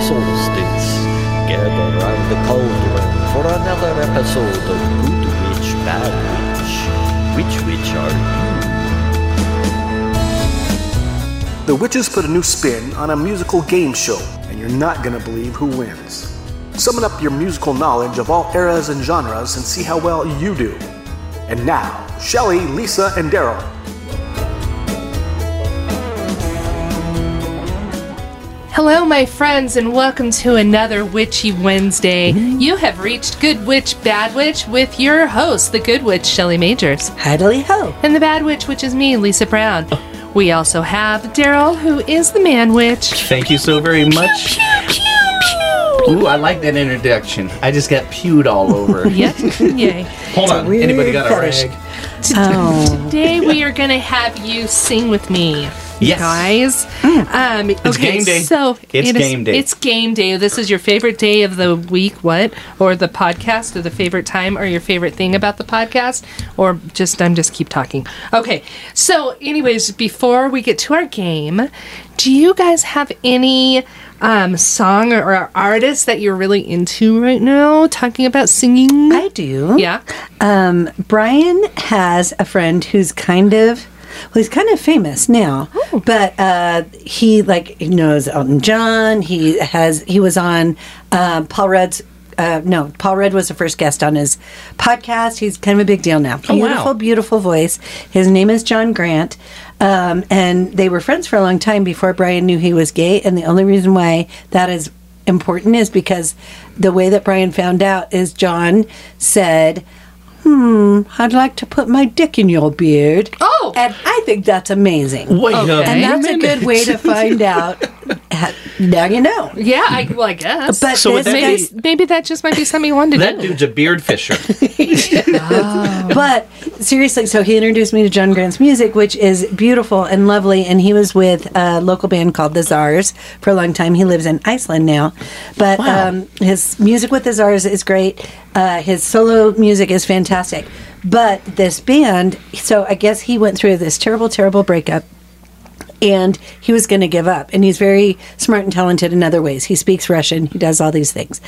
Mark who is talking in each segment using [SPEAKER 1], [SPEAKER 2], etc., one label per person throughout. [SPEAKER 1] solstice. Gather round the cauldron for another episode of Good Witch, Bad Witch. Which witch are you?
[SPEAKER 2] The witches put a new spin on a musical game show, and you're not going to believe who wins. Summon up your musical knowledge of all eras and genres and see how well you do. And now, Shelly, Lisa, and Daryl.
[SPEAKER 3] Hello, my friends, and welcome to another Witchy Wednesday. You have reached Good Witch, Bad Witch with your host, the Good Witch, Shelley Majors,
[SPEAKER 4] Heidly ho!
[SPEAKER 3] and the Bad Witch, which is me, Lisa Brown. We also have Daryl, who is the Man Witch.
[SPEAKER 5] Thank you so very much. Ooh, I like that introduction. I just got pewed all over.
[SPEAKER 3] Yep, yay.
[SPEAKER 5] Hold on.
[SPEAKER 4] weird
[SPEAKER 5] Anybody got a
[SPEAKER 4] fetish.
[SPEAKER 5] rag?
[SPEAKER 4] Oh,
[SPEAKER 3] Today we are going to have you sing with me.
[SPEAKER 5] Yes. Mm.
[SPEAKER 3] Guys, um, it's
[SPEAKER 5] game day.
[SPEAKER 3] So
[SPEAKER 5] It's
[SPEAKER 3] it is-
[SPEAKER 5] game day.
[SPEAKER 3] It's game day. This is your favorite day of the week, what? Or the podcast, or the favorite time, or your favorite thing about the podcast, or just I'm just keep talking. Okay. So, anyways, before we get to our game, do you guys have any um, song or, or artist that you're really into right now? Talking about singing,
[SPEAKER 4] I do.
[SPEAKER 3] yeah.
[SPEAKER 4] Um, Brian has a friend who's kind of, well, he's kind of famous now,
[SPEAKER 5] Oh.
[SPEAKER 4] but uh, he like he knows Elton John. He has he was on uh, Paul Rudd's. Uh, no, Paul Rudd was the first guest on his podcast. He's kind of a big deal now.
[SPEAKER 5] Oh, wow.
[SPEAKER 4] beautiful, beautiful voice. His name is John Grant. Um, and they were friends for a long time before Brian knew he was gay. And the only reason why that is important is because the way that Brian found out is John said, Hmm, I'd like to put my dick in your beard.
[SPEAKER 3] Oh!
[SPEAKER 4] And I think that's amazing.
[SPEAKER 5] Wait
[SPEAKER 3] Okay.
[SPEAKER 5] a
[SPEAKER 3] And
[SPEAKER 4] And that's a
[SPEAKER 5] minute.
[SPEAKER 4] good way to find out. Ha- now you know.
[SPEAKER 3] Yeah, I, well, I guess.
[SPEAKER 4] But
[SPEAKER 5] So would
[SPEAKER 4] this
[SPEAKER 5] that
[SPEAKER 4] guy-
[SPEAKER 5] be-
[SPEAKER 3] Maybe that just might be something you wanted to
[SPEAKER 5] That
[SPEAKER 3] do.
[SPEAKER 5] dude's a beard fisher.
[SPEAKER 4] but seriously, so he introduced me to John Grant's music, which is beautiful and lovely. And he was with a local band called the Czars for a long time. He lives in Iceland now, but um, his music with the Czars is great. Uh, his solo music is fantastic. But this band, so I guess he went through this terrible, terrible breakup and he was going to give up. And he's very smart and talented in other ways. He speaks Russian, he does all these things.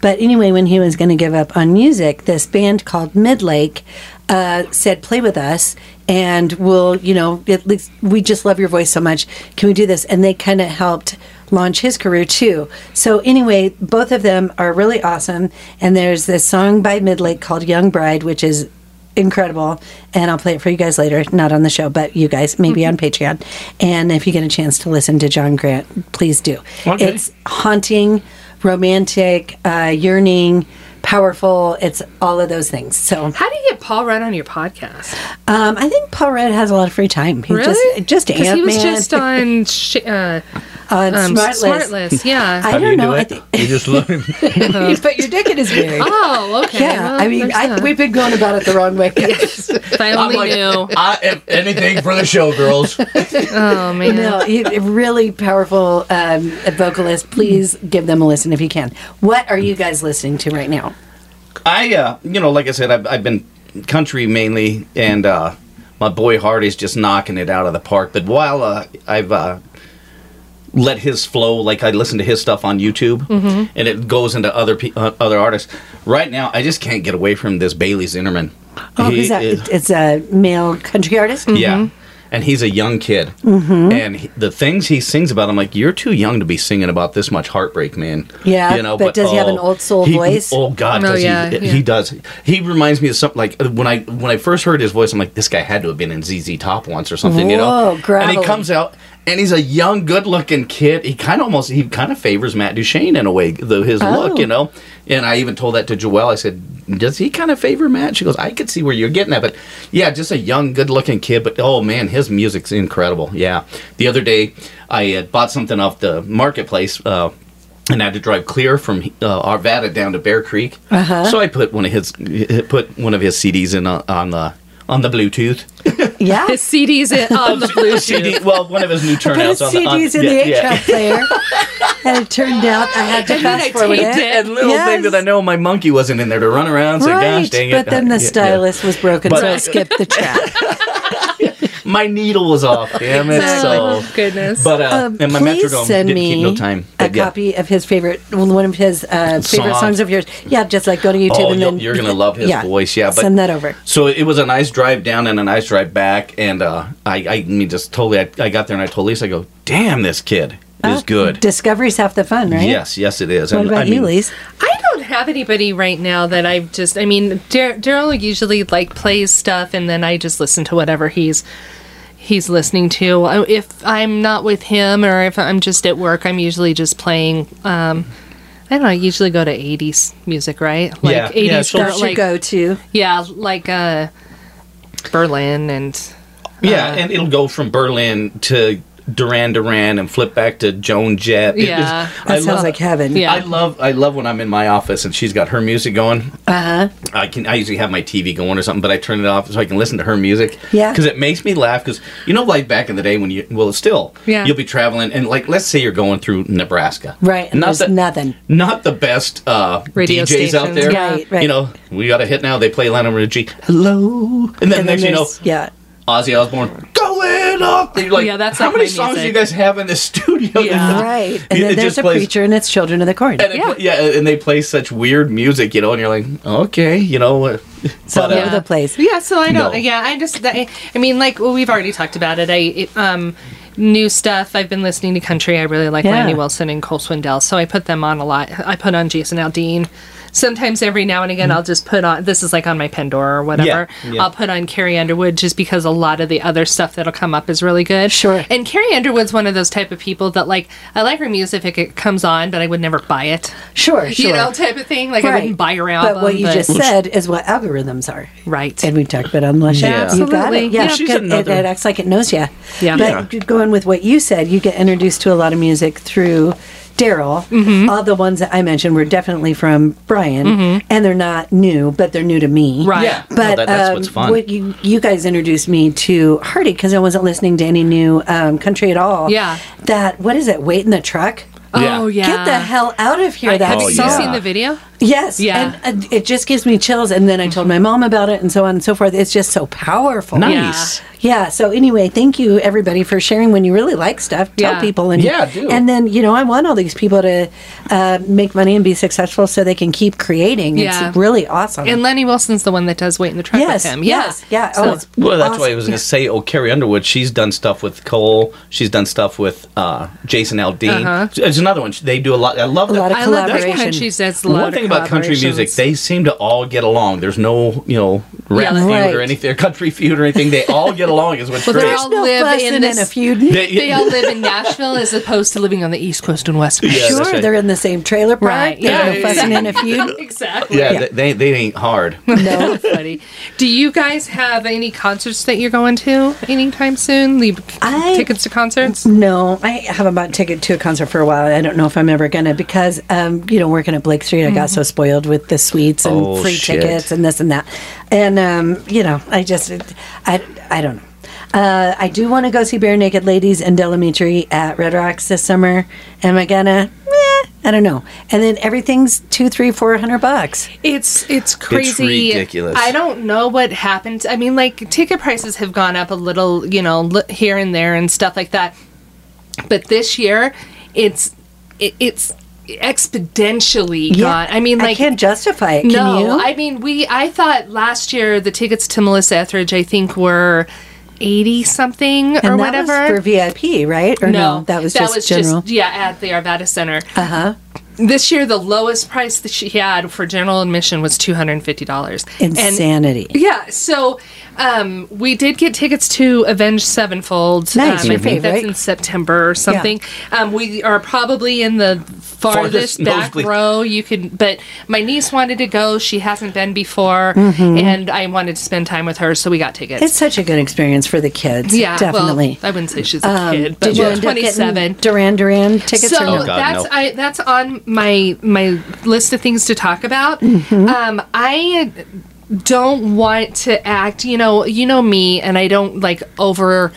[SPEAKER 4] But anyway, when he was going to give up on music, this band called Midlake uh, said, Play with us, and we'll, you know, at least we just love your voice so much. Can we do this? And they kind of helped launch his career too. So anyway, both of them are really awesome. And there's this song by Midlake called Young Bride, which is incredible and i'll play it for you guys later not on the show but you guys maybe
[SPEAKER 3] Mm-hmm.
[SPEAKER 4] on patreon and if you get a chance to listen to john grant please do
[SPEAKER 5] Okay.
[SPEAKER 4] it's haunting romantic uh, yearning powerful it's all of those things so um,
[SPEAKER 3] How do you get Paul Rudd on your podcast?
[SPEAKER 4] i think paul Rudd has a lot of free time he
[SPEAKER 3] Really?
[SPEAKER 4] just just
[SPEAKER 3] Because he was
[SPEAKER 4] Ant-Man
[SPEAKER 3] just on sh- uh,
[SPEAKER 4] on
[SPEAKER 3] um,
[SPEAKER 4] smart,
[SPEAKER 3] Smartless.
[SPEAKER 4] list
[SPEAKER 3] Yeah.
[SPEAKER 4] i don't know i think
[SPEAKER 5] You just look.
[SPEAKER 4] you put your dick in his beard
[SPEAKER 3] oh, okay.
[SPEAKER 4] yeah
[SPEAKER 3] Well,
[SPEAKER 4] i mean
[SPEAKER 3] there's
[SPEAKER 4] I,
[SPEAKER 3] that.
[SPEAKER 4] we've been going about it the wrong way
[SPEAKER 3] if I only knew.
[SPEAKER 5] I, if anything for the show, girls.
[SPEAKER 3] Oh man.
[SPEAKER 4] No, he- a really powerful um, vocalist. Please give them a listen if you can. What are you guys listening to right now?
[SPEAKER 5] I, uh, you know, like I said, I've, I've been country mainly, and uh, my boy Hardy's just knocking it out of the park. But while uh, I've uh, let his flow, like I listen to his stuff on YouTube, and it goes into other pe- uh, other artists. Right now, I just can't get away from this Bailey Zinnerman.
[SPEAKER 4] Oh,
[SPEAKER 5] He
[SPEAKER 4] he's a,
[SPEAKER 5] is-
[SPEAKER 4] it's a male country artist.
[SPEAKER 5] yeah. And he's a young kid,
[SPEAKER 4] Mm-hmm.
[SPEAKER 5] and he, the things he sings about, I'm like, you're too young to be singing about this much heartbreak, man.
[SPEAKER 4] Yeah, but does he have an old soul
[SPEAKER 5] oh, he-
[SPEAKER 4] voice?
[SPEAKER 5] Oh God,
[SPEAKER 3] Oh,
[SPEAKER 5] does
[SPEAKER 3] yeah,
[SPEAKER 5] he?
[SPEAKER 3] yeah.
[SPEAKER 5] He does. He reminds me of something like uh, when I when I first heard his voice, I'm like, this guy had to have been in ZZ Top once or something, you
[SPEAKER 4] Whoa,
[SPEAKER 5] know? And
[SPEAKER 4] gravelly.
[SPEAKER 5] he comes out, and he's a young, good-looking kid. He kind of almost he kind of favors Matt Duchene in a way, though his look,
[SPEAKER 4] Oh.
[SPEAKER 5] you know. And I even told that to Joelle. I said, "Does he kind of favor Matt?" She goes, "I could see where you're getting that, but yeah, just a young, good-looking kid. But oh man, his music's incredible. Yeah. The other day, I uh, bought something off the marketplace. Uh, and I had to drive clear from uh, Arvada down to Bear Creek, so I put one of his put one of his CDs in uh, on the on the Bluetooth.
[SPEAKER 4] Yeah.
[SPEAKER 3] His CD's in, on the Bluetooth.
[SPEAKER 5] CD, well, one of his new
[SPEAKER 4] Put his
[SPEAKER 5] turnouts on the on-
[SPEAKER 4] CDs in
[SPEAKER 5] yeah,
[SPEAKER 4] the eight
[SPEAKER 5] yeah.
[SPEAKER 4] track player. and it turned out I had to
[SPEAKER 3] And then I
[SPEAKER 4] fast forward
[SPEAKER 3] taped
[SPEAKER 4] it.
[SPEAKER 3] it.
[SPEAKER 5] and little thing that I know my monkey wasn't in there to run around. So
[SPEAKER 4] Right.
[SPEAKER 5] gosh dang it!
[SPEAKER 4] but then
[SPEAKER 5] Uh,
[SPEAKER 4] the
[SPEAKER 5] yeah, yeah.
[SPEAKER 4] stylus was broken,
[SPEAKER 5] But-
[SPEAKER 4] so I skipped the track.
[SPEAKER 5] my needle was off. Damn it!
[SPEAKER 3] Oh,
[SPEAKER 5] So,
[SPEAKER 3] goodness.
[SPEAKER 5] but uh,
[SPEAKER 4] Um,
[SPEAKER 5] and my
[SPEAKER 4] please
[SPEAKER 5] metronome
[SPEAKER 4] send
[SPEAKER 5] didn't
[SPEAKER 4] me
[SPEAKER 5] keep no time.
[SPEAKER 4] a
[SPEAKER 5] But, yeah.
[SPEAKER 4] copy of his favorite, well, one of his uh, favorite
[SPEAKER 5] Song.
[SPEAKER 4] songs of yours. Yeah, just like go to YouTube
[SPEAKER 5] Oh,
[SPEAKER 4] and
[SPEAKER 5] you'll-
[SPEAKER 4] then
[SPEAKER 5] you're gonna love his voice. Yeah, but-
[SPEAKER 4] send that over.
[SPEAKER 5] So it was a nice drive down and a nice drive back, and uh, I, I mean, just totally. I, I got there and I told Lisa, I go, "Damn, this kid is good."
[SPEAKER 4] Discovery's half the fun, Ah, right?
[SPEAKER 5] Yes, yes, it is.
[SPEAKER 4] What
[SPEAKER 5] And,
[SPEAKER 4] about
[SPEAKER 5] I
[SPEAKER 4] you,
[SPEAKER 5] mean,
[SPEAKER 4] Lise?
[SPEAKER 3] I don't have anybody right now that I've just. I mean, Dar- Daryl usually like plays stuff, and then I just listen to whatever he's he's listening to. I- If I'm not with him, or if I'm just at work, I'm usually just playing. Um, I don't know. I usually go to '80s music, right? Like
[SPEAKER 5] Yeah,
[SPEAKER 3] '80s,
[SPEAKER 5] yeah, so-
[SPEAKER 3] girl-
[SPEAKER 4] That's your
[SPEAKER 3] like
[SPEAKER 4] go-to.
[SPEAKER 3] yeah, like uh, Berlin and
[SPEAKER 4] Uh,
[SPEAKER 5] Yeah, and it'll go from Berlin to Duran Duran and flip back to Joan Jett. It is-
[SPEAKER 3] Yeah.
[SPEAKER 4] That
[SPEAKER 5] I
[SPEAKER 4] sounds
[SPEAKER 5] love,
[SPEAKER 4] like heaven.
[SPEAKER 3] Yeah.
[SPEAKER 5] I love I love when I'm in my office and she's got her music going.
[SPEAKER 4] Uh huh.
[SPEAKER 5] I can I usually have my TV going or something, but I turn it off so I can listen to her music.
[SPEAKER 4] Yeah.
[SPEAKER 5] because it makes me laugh. Because you know, like back in the day when you well, still
[SPEAKER 3] Yeah.
[SPEAKER 5] you'll be traveling and like let's say you're going through Nebraska,
[SPEAKER 4] Right, and
[SPEAKER 5] Not
[SPEAKER 4] there's
[SPEAKER 5] the,
[SPEAKER 4] nothing.
[SPEAKER 5] not the best uh,
[SPEAKER 3] Radio
[SPEAKER 5] DJs out
[SPEAKER 3] stations,
[SPEAKER 5] there.
[SPEAKER 3] yeah.
[SPEAKER 4] Right, right.
[SPEAKER 5] You know, we got a hit now. They play Lionel Richie. Hello, and then
[SPEAKER 4] And then
[SPEAKER 5] next you know,
[SPEAKER 4] there's- yeah.
[SPEAKER 5] Ozzy Osbourne, going up. You're like,
[SPEAKER 3] Yeah, that's
[SPEAKER 5] how
[SPEAKER 3] like
[SPEAKER 5] many
[SPEAKER 3] my
[SPEAKER 5] songs do you
[SPEAKER 3] music.
[SPEAKER 5] guys have in the studio?
[SPEAKER 3] Yeah.
[SPEAKER 4] Right,
[SPEAKER 5] It-
[SPEAKER 4] and
[SPEAKER 5] it
[SPEAKER 4] then there's
[SPEAKER 5] just
[SPEAKER 4] a
[SPEAKER 5] plays-
[SPEAKER 4] preacher, and it's children of the corn.
[SPEAKER 5] And yeah. yeah, and they play such weird music, you know, and you're like, okay, you know, uh,
[SPEAKER 4] It's all
[SPEAKER 5] but, uh,
[SPEAKER 4] over the place.
[SPEAKER 3] Yeah, so I don't.
[SPEAKER 5] No.
[SPEAKER 3] Yeah, I just. I, I mean, like well, we've already talked about it. I it, um, new stuff. I've been listening to country. I really like
[SPEAKER 4] Yeah.
[SPEAKER 3] Randy Wilson and Cole Swindell, so I put them on a lot. I put on Jason Aldean. Sometimes every now and again, I'll just put on. This is like on my Pandora or whatever.
[SPEAKER 5] Mm-hmm. Yeah, yeah.
[SPEAKER 3] I'll put on Carrie Underwood just because a lot of the other stuff that'll come up is really good.
[SPEAKER 4] Sure.
[SPEAKER 3] And Carrie Underwood's one of those type of people that like I like her music if it comes on, but I would never buy it.
[SPEAKER 4] Sure, sure.
[SPEAKER 3] You know, type of thing. Like I
[SPEAKER 4] Right.
[SPEAKER 3] wouldn't buy her album.
[SPEAKER 4] But what you just said is what algorithms are.
[SPEAKER 3] right.
[SPEAKER 4] And we talked about it on lunch.
[SPEAKER 5] Yeah.
[SPEAKER 4] You got
[SPEAKER 3] Absolutely.
[SPEAKER 4] it. Yeah,
[SPEAKER 3] Yeah,
[SPEAKER 5] she's
[SPEAKER 4] 'cause it,
[SPEAKER 5] another-
[SPEAKER 4] it acts like it knows you.
[SPEAKER 3] Yeah.
[SPEAKER 4] But going with what you said, you get introduced to a lot of music through Daryl.
[SPEAKER 3] Mm-hmm.
[SPEAKER 4] All the ones that I mentioned were definitely from Brian, and they're not new, but they're new to me.
[SPEAKER 3] Right.
[SPEAKER 5] yeah,
[SPEAKER 4] But
[SPEAKER 5] no, that- that's what's
[SPEAKER 4] um,
[SPEAKER 5] fun.
[SPEAKER 4] What you, you guys introduced me to Hardy because I wasn't listening to any new um, country at all.
[SPEAKER 3] Yeah.
[SPEAKER 4] That, what is it, Wait in the Truck?
[SPEAKER 5] Yeah.
[SPEAKER 3] Oh yeah.
[SPEAKER 4] Get the hell out of here! That
[SPEAKER 3] Have
[SPEAKER 5] Oh,
[SPEAKER 3] you
[SPEAKER 5] yeah.
[SPEAKER 4] song.
[SPEAKER 3] seen the video?
[SPEAKER 4] Yes.
[SPEAKER 3] Yeah.
[SPEAKER 4] And uh, it just gives me chills. And then I told my mom about it and so on and so forth. It's just so powerful.
[SPEAKER 5] nice.
[SPEAKER 4] Yeah. So anyway, thank you everybody for sharing. When you really like stuff, tell
[SPEAKER 3] Yeah.
[SPEAKER 4] people and
[SPEAKER 5] Yeah, do.
[SPEAKER 4] And then you know, I want all these people to uh, make money and be successful so they can keep creating.
[SPEAKER 3] Yeah.
[SPEAKER 4] It's really awesome.
[SPEAKER 3] And Lenny Wilson's the one that does wait in the truck
[SPEAKER 4] yes,
[SPEAKER 3] with him.
[SPEAKER 4] yes,
[SPEAKER 3] yeah.
[SPEAKER 4] yeah.
[SPEAKER 3] So-
[SPEAKER 4] oh, it's
[SPEAKER 5] Well, that's
[SPEAKER 4] awesome.
[SPEAKER 5] why I was going to say, oh, Carrie Underwood, she's done stuff with Cole. She's done stuff with uh, Jason Aldean. It's another one. They do a lot. I love that.
[SPEAKER 4] lot of
[SPEAKER 3] Uh-huh. I love that
[SPEAKER 4] Collaboration.
[SPEAKER 3] country. That's a lot
[SPEAKER 5] one
[SPEAKER 3] of
[SPEAKER 5] thing about country
[SPEAKER 3] collaborations.
[SPEAKER 5] music, they seem to all get along. There's no, you know, rap
[SPEAKER 3] Yeah,
[SPEAKER 5] feud
[SPEAKER 4] right.
[SPEAKER 5] or anything, or country feud or anything. They all get along, is what's
[SPEAKER 3] Well, they're
[SPEAKER 5] great.
[SPEAKER 3] all
[SPEAKER 4] no
[SPEAKER 3] live
[SPEAKER 4] fussing
[SPEAKER 3] in
[SPEAKER 4] and
[SPEAKER 3] this-
[SPEAKER 4] a feud.
[SPEAKER 5] They-
[SPEAKER 3] they all live in Nashville as opposed to living on the East Coast and West Coast.
[SPEAKER 5] Yeah,
[SPEAKER 4] sure,
[SPEAKER 5] that's right.
[SPEAKER 4] they're in the same trailer park.
[SPEAKER 3] Right,
[SPEAKER 4] They're
[SPEAKER 3] yeah.
[SPEAKER 4] no fussing and a feud.
[SPEAKER 3] exactly.
[SPEAKER 5] yeah, They, they, they ain't hard.
[SPEAKER 3] No, funny. Do you guys have any concerts that you're going to anytime soon? Leave
[SPEAKER 4] I-
[SPEAKER 3] tickets to concerts?
[SPEAKER 4] No, I haven't bought a ticket to a concert for a while. I don't know if I'm ever gonna because um, you know working at Blake Street, I got
[SPEAKER 3] Mm-hmm.
[SPEAKER 4] so spoiled with the suites and
[SPEAKER 5] Oh,
[SPEAKER 4] free
[SPEAKER 5] shit.
[SPEAKER 4] tickets and this and that, and um, you know I just I I don't know. Uh, I do want to go see Bare Naked Ladies and Delamitri at Red Rocks this summer. Am I gonna? Eh, I don't know. And then everything's two, three, four hundred bucks.
[SPEAKER 3] It's it's crazy.
[SPEAKER 5] ridiculous.
[SPEAKER 3] I don't know what happened. I mean, like ticket prices have gone up a little, you know, li- here and there and stuff like that. But this year, it's it, it's exponentially gone. I mean,
[SPEAKER 4] I
[SPEAKER 3] like
[SPEAKER 4] can't justify it. Can
[SPEAKER 3] no,
[SPEAKER 4] you?
[SPEAKER 3] I mean, we. I thought last year the tickets to Melissa Etheridge, I think, were eighty something or
[SPEAKER 4] and that
[SPEAKER 3] whatever.
[SPEAKER 4] was for VIP, right? Or no, that was just general. Uh-huh.
[SPEAKER 3] yeah, at the Arvada Center. Uh huh. This year, the lowest price that she had for general admission was two hundred and fifty dollars.
[SPEAKER 4] Insanity.
[SPEAKER 3] Yeah, so um, we did get tickets to Avenged Sevenfold.
[SPEAKER 4] Nice,
[SPEAKER 3] um, I
[SPEAKER 4] your
[SPEAKER 3] think that's
[SPEAKER 4] favorite.
[SPEAKER 3] in September or something. Um, we are probably in the farthest
[SPEAKER 5] Farthest
[SPEAKER 3] back
[SPEAKER 5] nosebleed.
[SPEAKER 3] row you could. But my niece wanted to go; she hasn't been before, and I wanted to spend time with her, so we got tickets.
[SPEAKER 4] Mm-hmm. It's such a good experience for the kids.
[SPEAKER 3] yeah,
[SPEAKER 4] definitely.
[SPEAKER 3] Well, I wouldn't say she's a
[SPEAKER 5] Um,
[SPEAKER 3] kid, but
[SPEAKER 4] Did
[SPEAKER 3] she's
[SPEAKER 4] you end up getting
[SPEAKER 3] twenty-seven.
[SPEAKER 4] Duran Duran tickets
[SPEAKER 3] So
[SPEAKER 4] or no?
[SPEAKER 5] God,
[SPEAKER 3] that's
[SPEAKER 5] no.
[SPEAKER 3] I, that's on my my list of things to talk about.
[SPEAKER 5] Mm-hmm.
[SPEAKER 3] Um, I don't want to act, you know, you know me, and I don't like over.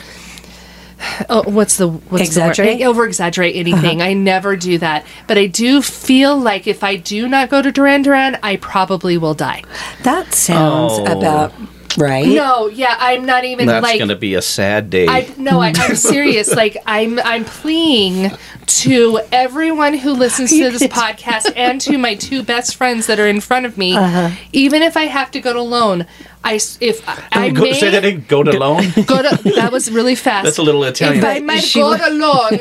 [SPEAKER 3] Oh, what's the what's
[SPEAKER 4] Exaggerate?
[SPEAKER 3] over exaggerate
[SPEAKER 5] Uh-huh.
[SPEAKER 3] anything? I never do that, but I do feel like if I do not go to Duran Duran, I probably will die.
[SPEAKER 4] That sounds
[SPEAKER 5] Oh.
[SPEAKER 4] about right?
[SPEAKER 3] No, yeah, I'm not even
[SPEAKER 5] That's
[SPEAKER 3] like
[SPEAKER 5] going to be a sad day.
[SPEAKER 3] I no, I, I'm serious. Like I'm I'm pleading to everyone who listens to this podcast and to my two best friends that are in front of me. Even if I have to go to loan, I s- if I, I
[SPEAKER 5] Uh-huh. go,
[SPEAKER 3] may
[SPEAKER 5] say that again. Go to loan.
[SPEAKER 3] go to that was really fast.
[SPEAKER 5] That's a little
[SPEAKER 3] If
[SPEAKER 5] Italian.
[SPEAKER 3] I might
[SPEAKER 4] She
[SPEAKER 3] go
[SPEAKER 4] was-
[SPEAKER 3] alone,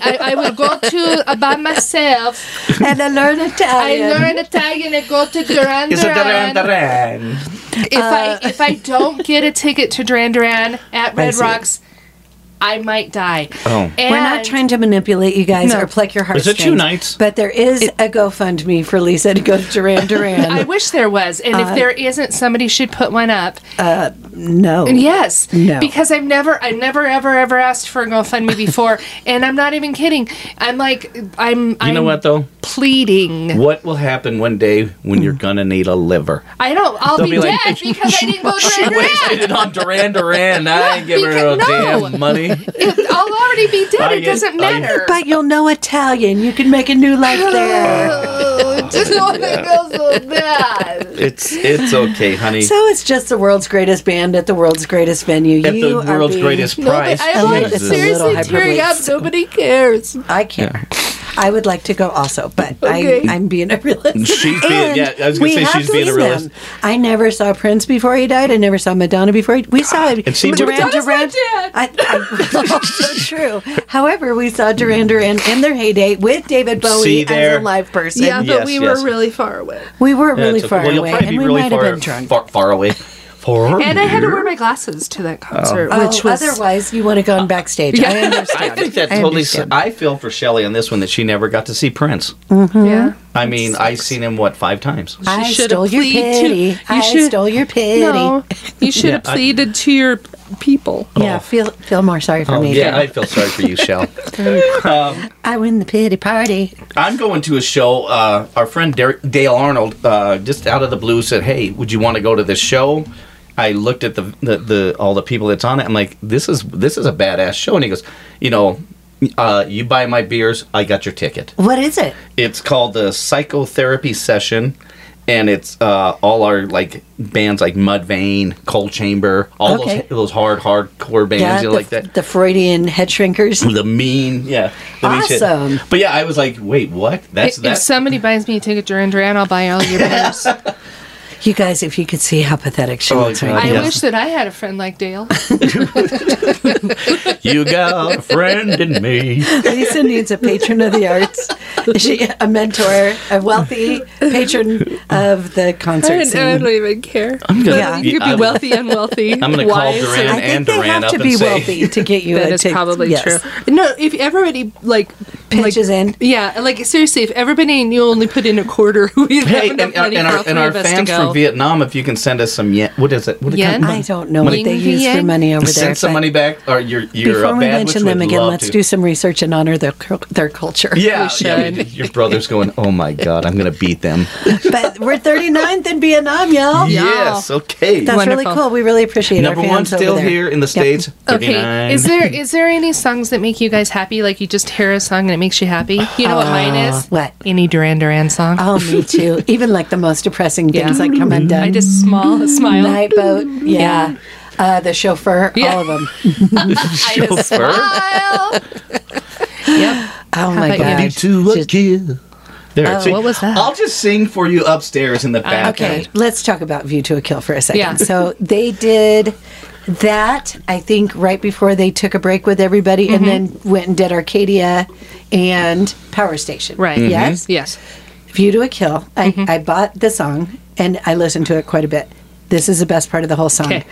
[SPEAKER 3] I, I will go to uh, by myself.
[SPEAKER 4] And I learned
[SPEAKER 5] Oh,
[SPEAKER 3] I
[SPEAKER 4] Italian.
[SPEAKER 3] learn Italian and go to Duran
[SPEAKER 5] It's a
[SPEAKER 3] Duran.
[SPEAKER 5] Duran Uh. Duran.
[SPEAKER 3] if I if I don't get a ticket to Duran Duran at Red
[SPEAKER 4] see.
[SPEAKER 3] Rocks, I might die.
[SPEAKER 5] Oh.
[SPEAKER 3] And
[SPEAKER 4] We're not trying to manipulate you guys
[SPEAKER 3] No.
[SPEAKER 4] or pluck your heartstrings.
[SPEAKER 5] it two nights?
[SPEAKER 4] But there is a GoFundMe for Lisa to go to Duran
[SPEAKER 3] I
[SPEAKER 4] Duran.
[SPEAKER 3] wish there was, and if there isn't, somebody should put one up.
[SPEAKER 4] no.
[SPEAKER 3] yes,
[SPEAKER 4] No.
[SPEAKER 3] because I've never, I never, ever, ever asked for a GoFundMe before, and I'm not even kidding. I'm like, I'm,
[SPEAKER 5] You know what though? Mm.
[SPEAKER 3] pleading.
[SPEAKER 5] What will happen one day when you're gonna need a liver?
[SPEAKER 3] I don't. I'll
[SPEAKER 5] They'll
[SPEAKER 3] be,
[SPEAKER 5] be like,
[SPEAKER 3] dead because I didn't go to Duran
[SPEAKER 5] Wasted it on Duran Duran. I ain't giving her no
[SPEAKER 3] because- no.
[SPEAKER 5] damn money.
[SPEAKER 3] Duran. I'll already be dead.
[SPEAKER 5] I
[SPEAKER 3] it
[SPEAKER 5] get-
[SPEAKER 3] doesn't
[SPEAKER 5] I-
[SPEAKER 3] matter.
[SPEAKER 4] But you'll know Italian. You can make a new life there.
[SPEAKER 3] Oh, just want to go so bad.
[SPEAKER 5] It's it's okay, honey.
[SPEAKER 4] so it's just the world's greatest band at the world's greatest venue.
[SPEAKER 5] At the
[SPEAKER 4] you are
[SPEAKER 5] world's
[SPEAKER 4] being-
[SPEAKER 5] greatest
[SPEAKER 3] No, but
[SPEAKER 5] prize.
[SPEAKER 3] I'm like
[SPEAKER 4] Jesus.
[SPEAKER 3] seriously
[SPEAKER 4] Little
[SPEAKER 3] tearing up.
[SPEAKER 4] hyperbole.
[SPEAKER 3] Nobody cares.
[SPEAKER 4] I care. I would like to go also, but
[SPEAKER 3] Okay.
[SPEAKER 4] I, I'm being a realist.
[SPEAKER 5] She's being-
[SPEAKER 4] And
[SPEAKER 5] yeah, I was gonna
[SPEAKER 4] we
[SPEAKER 5] say
[SPEAKER 4] have
[SPEAKER 5] she's
[SPEAKER 4] to
[SPEAKER 5] being a
[SPEAKER 4] listen to
[SPEAKER 5] realist.
[SPEAKER 4] them. I never saw Prince before he died. I never saw Madonna before he, we saw
[SPEAKER 5] And she-
[SPEAKER 4] Duran
[SPEAKER 3] Madonna's
[SPEAKER 4] Duran.
[SPEAKER 3] not dead.
[SPEAKER 4] I, I, also true. However, we saw Duran Duran in their heyday with David Bowie
[SPEAKER 5] See
[SPEAKER 4] as
[SPEAKER 5] there?
[SPEAKER 4] a live person.
[SPEAKER 3] Yeah, but
[SPEAKER 5] Yes,
[SPEAKER 3] we
[SPEAKER 5] yes.
[SPEAKER 3] were really far away.
[SPEAKER 4] We were
[SPEAKER 5] Yeah,
[SPEAKER 4] really
[SPEAKER 5] it's okay.
[SPEAKER 4] far
[SPEAKER 5] Well, you'll
[SPEAKER 4] away,
[SPEAKER 5] probably
[SPEAKER 4] and
[SPEAKER 5] be
[SPEAKER 4] we
[SPEAKER 5] really
[SPEAKER 4] might
[SPEAKER 5] far,
[SPEAKER 4] have been drunk.
[SPEAKER 5] Far, far away. Far
[SPEAKER 3] And I had to wear my glasses to that concert,
[SPEAKER 4] Oh,
[SPEAKER 3] which was
[SPEAKER 4] otherwise, you would have gone backstage. I
[SPEAKER 5] I
[SPEAKER 4] understand.
[SPEAKER 5] think that
[SPEAKER 4] I
[SPEAKER 5] totally.
[SPEAKER 4] understand.
[SPEAKER 5] I feel for Shelley on this one that she never got to see Prince.
[SPEAKER 3] yeah.
[SPEAKER 5] I mean, I seen him what five times.
[SPEAKER 4] I
[SPEAKER 3] should
[SPEAKER 4] stole your
[SPEAKER 3] plead to-
[SPEAKER 4] pity.
[SPEAKER 3] you
[SPEAKER 4] I
[SPEAKER 3] should-
[SPEAKER 4] stole your pity.
[SPEAKER 3] No, you should have
[SPEAKER 5] Yeah, I-
[SPEAKER 3] pleaded to your people.
[SPEAKER 4] Yeah, feel feel more sorry for
[SPEAKER 5] Oh,
[SPEAKER 4] me.
[SPEAKER 5] yeah, I feel sorry for you, Shell.
[SPEAKER 4] I win Oh, the pity party.
[SPEAKER 5] I'm going to a show. Uh, our friend Dar- Dale Arnold, uh, just out of the blue, said, "Hey, would you want to go to this show?" I looked at the, the the all the people that's on it. I'm like, "This is this is a badass show." And he goes, "You know, uh, you buy my beers, I got your ticket."
[SPEAKER 4] What is it?
[SPEAKER 5] It's called the psychotherapy session, and it's uh, all our like bands like Mudvayne, Cold Chamber, all
[SPEAKER 4] Okay.
[SPEAKER 5] those those hard hardcore bands you know,
[SPEAKER 4] the,
[SPEAKER 5] like that
[SPEAKER 4] the Freudian head shrinkers.
[SPEAKER 5] the mean, yeah, the
[SPEAKER 4] Awesome.
[SPEAKER 5] Mean shit. But yeah, I was like, wait, what? That's
[SPEAKER 3] if, if
[SPEAKER 5] that's
[SPEAKER 3] somebody buys me a ticket to Duran Duran, I'll buy all your beers.
[SPEAKER 4] You guys, if you could see how pathetic she
[SPEAKER 5] Oh,
[SPEAKER 4] looks right
[SPEAKER 5] God.
[SPEAKER 3] I
[SPEAKER 4] now.
[SPEAKER 5] Yes.
[SPEAKER 3] wish that I had a friend like Dale.
[SPEAKER 5] you got a friend in me.
[SPEAKER 4] Lisa needs a patron of the arts. She a mentor, a wealthy patron of the
[SPEAKER 3] uh,
[SPEAKER 4] concert scene.
[SPEAKER 3] even care.
[SPEAKER 5] gonna-
[SPEAKER 4] Yeah.
[SPEAKER 3] You could
[SPEAKER 5] I
[SPEAKER 3] be
[SPEAKER 5] would-
[SPEAKER 3] wealthy and wealthy.
[SPEAKER 5] I'm gonna call
[SPEAKER 3] wise
[SPEAKER 5] Duran
[SPEAKER 4] I
[SPEAKER 3] and-
[SPEAKER 4] think
[SPEAKER 5] and
[SPEAKER 4] they
[SPEAKER 5] Duran
[SPEAKER 4] have
[SPEAKER 5] up
[SPEAKER 4] to
[SPEAKER 5] and
[SPEAKER 4] be
[SPEAKER 5] say-
[SPEAKER 4] wealthy to get you.
[SPEAKER 3] That
[SPEAKER 4] a
[SPEAKER 3] is
[SPEAKER 4] tick-
[SPEAKER 3] probably
[SPEAKER 4] yes.
[SPEAKER 3] true. No, if everybody like
[SPEAKER 4] Pitches
[SPEAKER 3] like,
[SPEAKER 4] in.
[SPEAKER 3] yeah, like seriously, if everybody knew only put in a quarter, we'd
[SPEAKER 5] Hey,
[SPEAKER 3] have enough
[SPEAKER 5] and, our-
[SPEAKER 3] money
[SPEAKER 5] and
[SPEAKER 3] for
[SPEAKER 5] our
[SPEAKER 3] all
[SPEAKER 5] and
[SPEAKER 3] three
[SPEAKER 5] our
[SPEAKER 3] of us to
[SPEAKER 5] fans
[SPEAKER 3] go.
[SPEAKER 5] from Vietnam, if you can send us some yen, what is it? What
[SPEAKER 3] Yen?
[SPEAKER 5] kind of-
[SPEAKER 4] I don't know what they use for
[SPEAKER 3] Yen.
[SPEAKER 4] money over there.
[SPEAKER 5] Send some
[SPEAKER 4] but
[SPEAKER 5] money back, or your your
[SPEAKER 4] Before
[SPEAKER 5] uh,
[SPEAKER 4] we
[SPEAKER 5] band,
[SPEAKER 4] mention
[SPEAKER 5] which
[SPEAKER 4] them
[SPEAKER 5] we'd
[SPEAKER 4] again,
[SPEAKER 5] love
[SPEAKER 4] let's
[SPEAKER 5] to.
[SPEAKER 4] do some research and honor their cul- their culture.
[SPEAKER 5] Yeah,
[SPEAKER 3] We
[SPEAKER 5] yeah
[SPEAKER 3] should.
[SPEAKER 5] your brother's going. Oh my god, I'm gonna beat them.
[SPEAKER 4] but we're 39th in Vietnam, Oh, y'all.
[SPEAKER 5] Yes, okay.
[SPEAKER 4] That's really
[SPEAKER 3] Wonderful.
[SPEAKER 4] cool. We really appreciate
[SPEAKER 5] Number
[SPEAKER 4] our fans
[SPEAKER 5] one still
[SPEAKER 4] over there.
[SPEAKER 5] here in the states.
[SPEAKER 3] Okay,
[SPEAKER 5] 39.
[SPEAKER 3] is there is there any songs that make you guys happy? Like you just hear a song and it makes you happy. You know Uh, what mine is?
[SPEAKER 4] what?
[SPEAKER 3] Any Duran Duran song?
[SPEAKER 4] Oh, me too. Even like the most depressing things
[SPEAKER 3] Yeah. Mm-hmm.
[SPEAKER 4] like Come Undone,
[SPEAKER 3] I just
[SPEAKER 4] Mm-hmm.
[SPEAKER 3] small smile. Mm-hmm.
[SPEAKER 4] Night Boat, yeah, uh, The Chauffeur,
[SPEAKER 3] Yeah.
[SPEAKER 4] all of them.
[SPEAKER 3] I just smile. yep.
[SPEAKER 4] Oh my
[SPEAKER 3] about you?
[SPEAKER 4] gosh.
[SPEAKER 5] Need to a
[SPEAKER 4] Just- Oh,
[SPEAKER 5] kill. There. see,
[SPEAKER 3] what was that?
[SPEAKER 5] I'll just sing for you upstairs in the back.
[SPEAKER 4] Ah, Okay, let's talk about View to a Kill for a second.
[SPEAKER 3] Yeah.
[SPEAKER 4] So they did that, I think, right before they took a break with everybody
[SPEAKER 3] Mm-hmm.
[SPEAKER 4] and then went and did Arcadia and Power Station.
[SPEAKER 3] Right.
[SPEAKER 5] Mm-hmm.
[SPEAKER 3] Mhm.
[SPEAKER 4] Yes.
[SPEAKER 3] Yes.
[SPEAKER 4] View to a Kill. I,
[SPEAKER 3] Mm-hmm.
[SPEAKER 4] I bought the song and I listened to it quite a bit. This is the best part of the whole song.
[SPEAKER 3] Okay.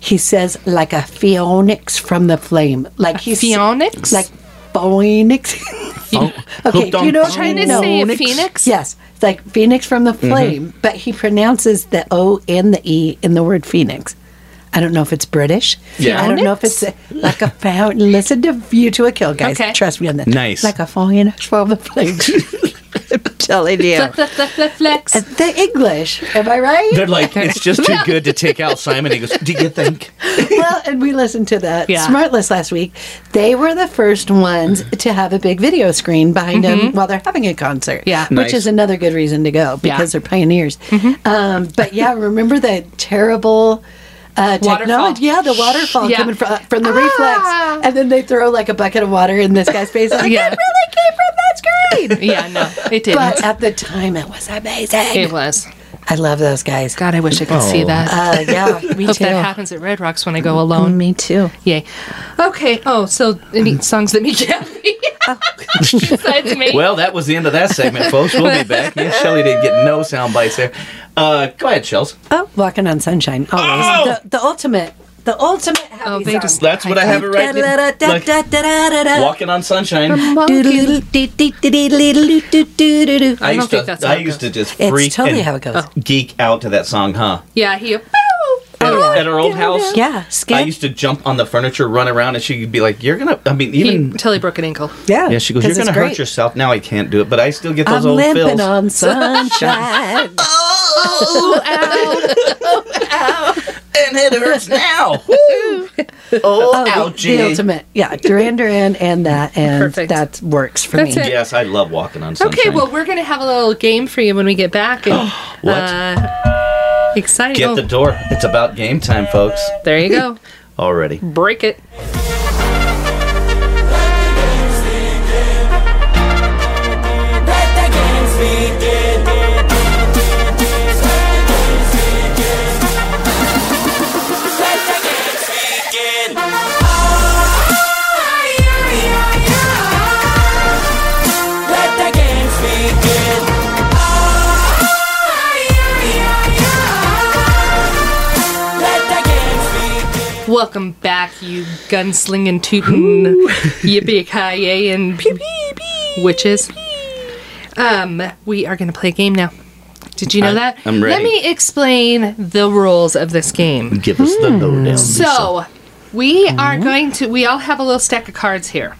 [SPEAKER 4] He says, like a phoenix from the flame. Like he's
[SPEAKER 3] phoenix?
[SPEAKER 4] Like phoenix. okay, do you know what I'm
[SPEAKER 3] Trying to
[SPEAKER 4] No.
[SPEAKER 3] say a phoenix?
[SPEAKER 4] yes. It's like phoenix from the
[SPEAKER 5] Mm-hmm.
[SPEAKER 4] flame. But he pronounces the O and the E in the word phoenix. I don't know if it's British.
[SPEAKER 5] Yeah.
[SPEAKER 4] I don't know if it's uh, like a fountain. Listen to View to a Kill, guys.
[SPEAKER 3] Okay.
[SPEAKER 4] Trust me on that.
[SPEAKER 5] Nice.
[SPEAKER 4] Like a phoenix from the flame. I'm telling you.
[SPEAKER 3] Flex.
[SPEAKER 4] Uh, The English, am I right?
[SPEAKER 5] They're like, it's just too good to take out Simon. He goes, Do you think?
[SPEAKER 4] well, and we listened to that
[SPEAKER 3] Yeah.
[SPEAKER 4] Smartless last week. They were the first ones
[SPEAKER 5] Mm-hmm.
[SPEAKER 4] to have a big video screen behind them while they're having a concert.
[SPEAKER 3] Mm-hmm. Yeah.
[SPEAKER 4] which
[SPEAKER 5] Nice.
[SPEAKER 4] is another good reason to go because
[SPEAKER 3] Yeah.
[SPEAKER 4] they're pioneers. Um, but yeah, remember that terrible uh,
[SPEAKER 3] Waterfall.
[SPEAKER 4] technology. Yeah, the waterfall
[SPEAKER 3] Yeah. Ah.
[SPEAKER 4] coming uh, from, from the reflex, and then they throw like a bucket of water in this guy's face. Like,
[SPEAKER 3] Yeah.
[SPEAKER 4] it really came from that screen.
[SPEAKER 3] Yeah, no, it didn't.
[SPEAKER 4] But at the time, it was amazing.
[SPEAKER 3] it was.
[SPEAKER 4] I love those guys.
[SPEAKER 3] God, I wish I could see
[SPEAKER 5] Oh.
[SPEAKER 3] that.
[SPEAKER 4] Uh, yeah, me
[SPEAKER 3] Hope
[SPEAKER 4] too. Mm-hmm.
[SPEAKER 3] that happens at Red Rocks when I go alone.
[SPEAKER 4] Me too.
[SPEAKER 3] Yay. Okay. Oh, so any songs that make you happy?
[SPEAKER 4] Oh.
[SPEAKER 3] Besides me.
[SPEAKER 5] Well, that was the end of that segment, folks. We'll be back. Yeah, Shelly didn't get no sound bites there. Uh, go ahead, Shells.
[SPEAKER 4] Oh, walking on sunshine. Always the, the ultimate. The ultimate happy
[SPEAKER 3] Oh, they
[SPEAKER 4] song.
[SPEAKER 3] just-
[SPEAKER 5] That's what I have it right now.
[SPEAKER 4] Da-da-da-da-da-da-da-da.
[SPEAKER 5] Walking on sunshine.
[SPEAKER 3] Monkey.
[SPEAKER 4] Do-do-do-do-do-do-do-do-do-do.
[SPEAKER 5] I used
[SPEAKER 3] think
[SPEAKER 5] to.
[SPEAKER 3] that's how
[SPEAKER 5] I
[SPEAKER 3] it
[SPEAKER 5] used to just freak
[SPEAKER 4] It's totally
[SPEAKER 5] and
[SPEAKER 4] how it goes.
[SPEAKER 5] geek out to that song, huh?
[SPEAKER 3] Yeah, he.
[SPEAKER 5] At, at our old house.
[SPEAKER 4] Yeah,
[SPEAKER 5] I
[SPEAKER 4] skip.
[SPEAKER 5] used to jump on the furniture, run around, and she'd be like, "You're gonna." I mean,
[SPEAKER 3] He,
[SPEAKER 5] even
[SPEAKER 3] till he broke an ankle.
[SPEAKER 4] Yeah,
[SPEAKER 5] yeah, she goes, "You're
[SPEAKER 4] 'cause
[SPEAKER 5] gonna
[SPEAKER 4] it's
[SPEAKER 5] hurt
[SPEAKER 4] great.
[SPEAKER 5] yourself." Now I can't do it, but I still get
[SPEAKER 4] I'm
[SPEAKER 5] those old
[SPEAKER 4] limping
[SPEAKER 5] fills.
[SPEAKER 4] on sunshine.
[SPEAKER 5] and it hurts now. Woo! oh,
[SPEAKER 4] Oh, the, the
[SPEAKER 5] ouchie.
[SPEAKER 4] ultimate. Yeah, Duran Duran and that, and
[SPEAKER 3] Perfect.
[SPEAKER 4] that works for
[SPEAKER 3] That's
[SPEAKER 4] me.
[SPEAKER 3] it.
[SPEAKER 5] Yes, I love walking on sunshine.
[SPEAKER 3] Okay, well, we're gonna have a little game for you when we get back. And,
[SPEAKER 5] What?
[SPEAKER 3] Uh, exciting.
[SPEAKER 5] get
[SPEAKER 3] Oh,
[SPEAKER 5] the door. It's about game time, folks.
[SPEAKER 3] there you go.
[SPEAKER 5] Already.
[SPEAKER 3] Break it. Welcome back, you gunslinging, tootin', yippee ki yay, and pew, pew, pew, witches. Um, we are going to play a game now. Did you know
[SPEAKER 5] I-
[SPEAKER 3] that?
[SPEAKER 5] I'm
[SPEAKER 3] Let
[SPEAKER 5] ready.
[SPEAKER 3] me explain the rules of this game.
[SPEAKER 5] Give us the lowdown.
[SPEAKER 3] Hmm. So, we are going to, we all have a little stack of cards here.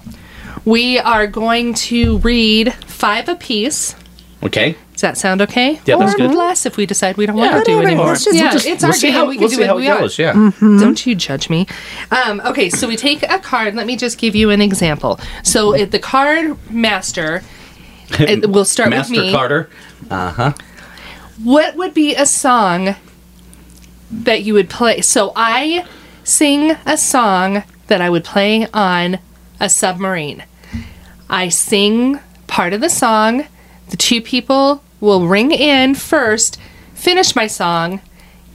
[SPEAKER 3] We are going to read five apiece.
[SPEAKER 5] okay.
[SPEAKER 3] Does that sound okay?
[SPEAKER 5] Yeah, that's
[SPEAKER 3] or
[SPEAKER 5] good.
[SPEAKER 3] less if we decide we don't
[SPEAKER 5] Yeah,
[SPEAKER 3] want to do
[SPEAKER 5] whatever.
[SPEAKER 3] anymore.
[SPEAKER 5] Let's just-
[SPEAKER 3] yeah,
[SPEAKER 5] we'll just-
[SPEAKER 3] it's
[SPEAKER 5] we'll
[SPEAKER 3] our
[SPEAKER 5] see
[SPEAKER 3] game.
[SPEAKER 5] How,
[SPEAKER 3] we can
[SPEAKER 5] we'll
[SPEAKER 3] do
[SPEAKER 5] see
[SPEAKER 3] what
[SPEAKER 5] how
[SPEAKER 3] we
[SPEAKER 5] it goes.
[SPEAKER 3] want.
[SPEAKER 5] Yeah.
[SPEAKER 3] Don't you judge me. Um, okay, so we take a card. Let me just give you an example. So at the card master, it, we'll start
[SPEAKER 5] Master
[SPEAKER 3] with me.
[SPEAKER 5] Carter.
[SPEAKER 3] What would be a song that you would play? So I sing a song that I would play on a submarine. I sing part of the song. The two people will ring in first, finish my song,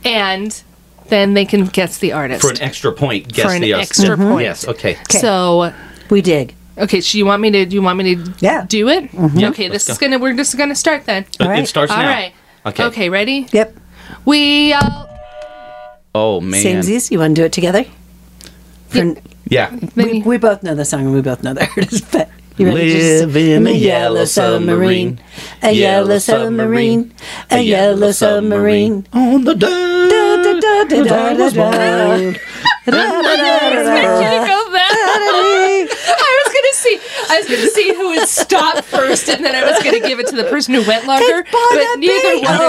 [SPEAKER 3] and then they can guess the artist.
[SPEAKER 5] For an extra point. Guess
[SPEAKER 3] an
[SPEAKER 5] the
[SPEAKER 3] extra
[SPEAKER 5] yes.
[SPEAKER 3] point.
[SPEAKER 5] Yes, okay.
[SPEAKER 3] So
[SPEAKER 4] We dig.
[SPEAKER 3] Okay, so you want me to? Do you want me to?
[SPEAKER 4] Yeah. Mm-hmm.
[SPEAKER 3] Do it. Okay,
[SPEAKER 5] let's
[SPEAKER 3] this is
[SPEAKER 5] go.
[SPEAKER 3] gonna. We're just gonna start then.
[SPEAKER 5] It- It
[SPEAKER 4] right.
[SPEAKER 5] starts
[SPEAKER 3] All
[SPEAKER 5] now.
[SPEAKER 3] right.
[SPEAKER 5] Okay.
[SPEAKER 3] Okay. Ready?
[SPEAKER 4] Yep.
[SPEAKER 3] We all.
[SPEAKER 5] Oh, man.
[SPEAKER 4] Samesies, you want to do it together? For,
[SPEAKER 5] Yeah.
[SPEAKER 4] we, we both know the song and we both know the artist, but you ready to
[SPEAKER 5] Live in a yellow submarine,
[SPEAKER 4] a yellow submarine, a yellow submarine.
[SPEAKER 5] On the day.
[SPEAKER 4] Da, da, da, da, da, da, da.
[SPEAKER 3] Did you go back? I was gonna see. I was gonna see who would stop first, and then I was gonna give it to the person who went longer. But neither one.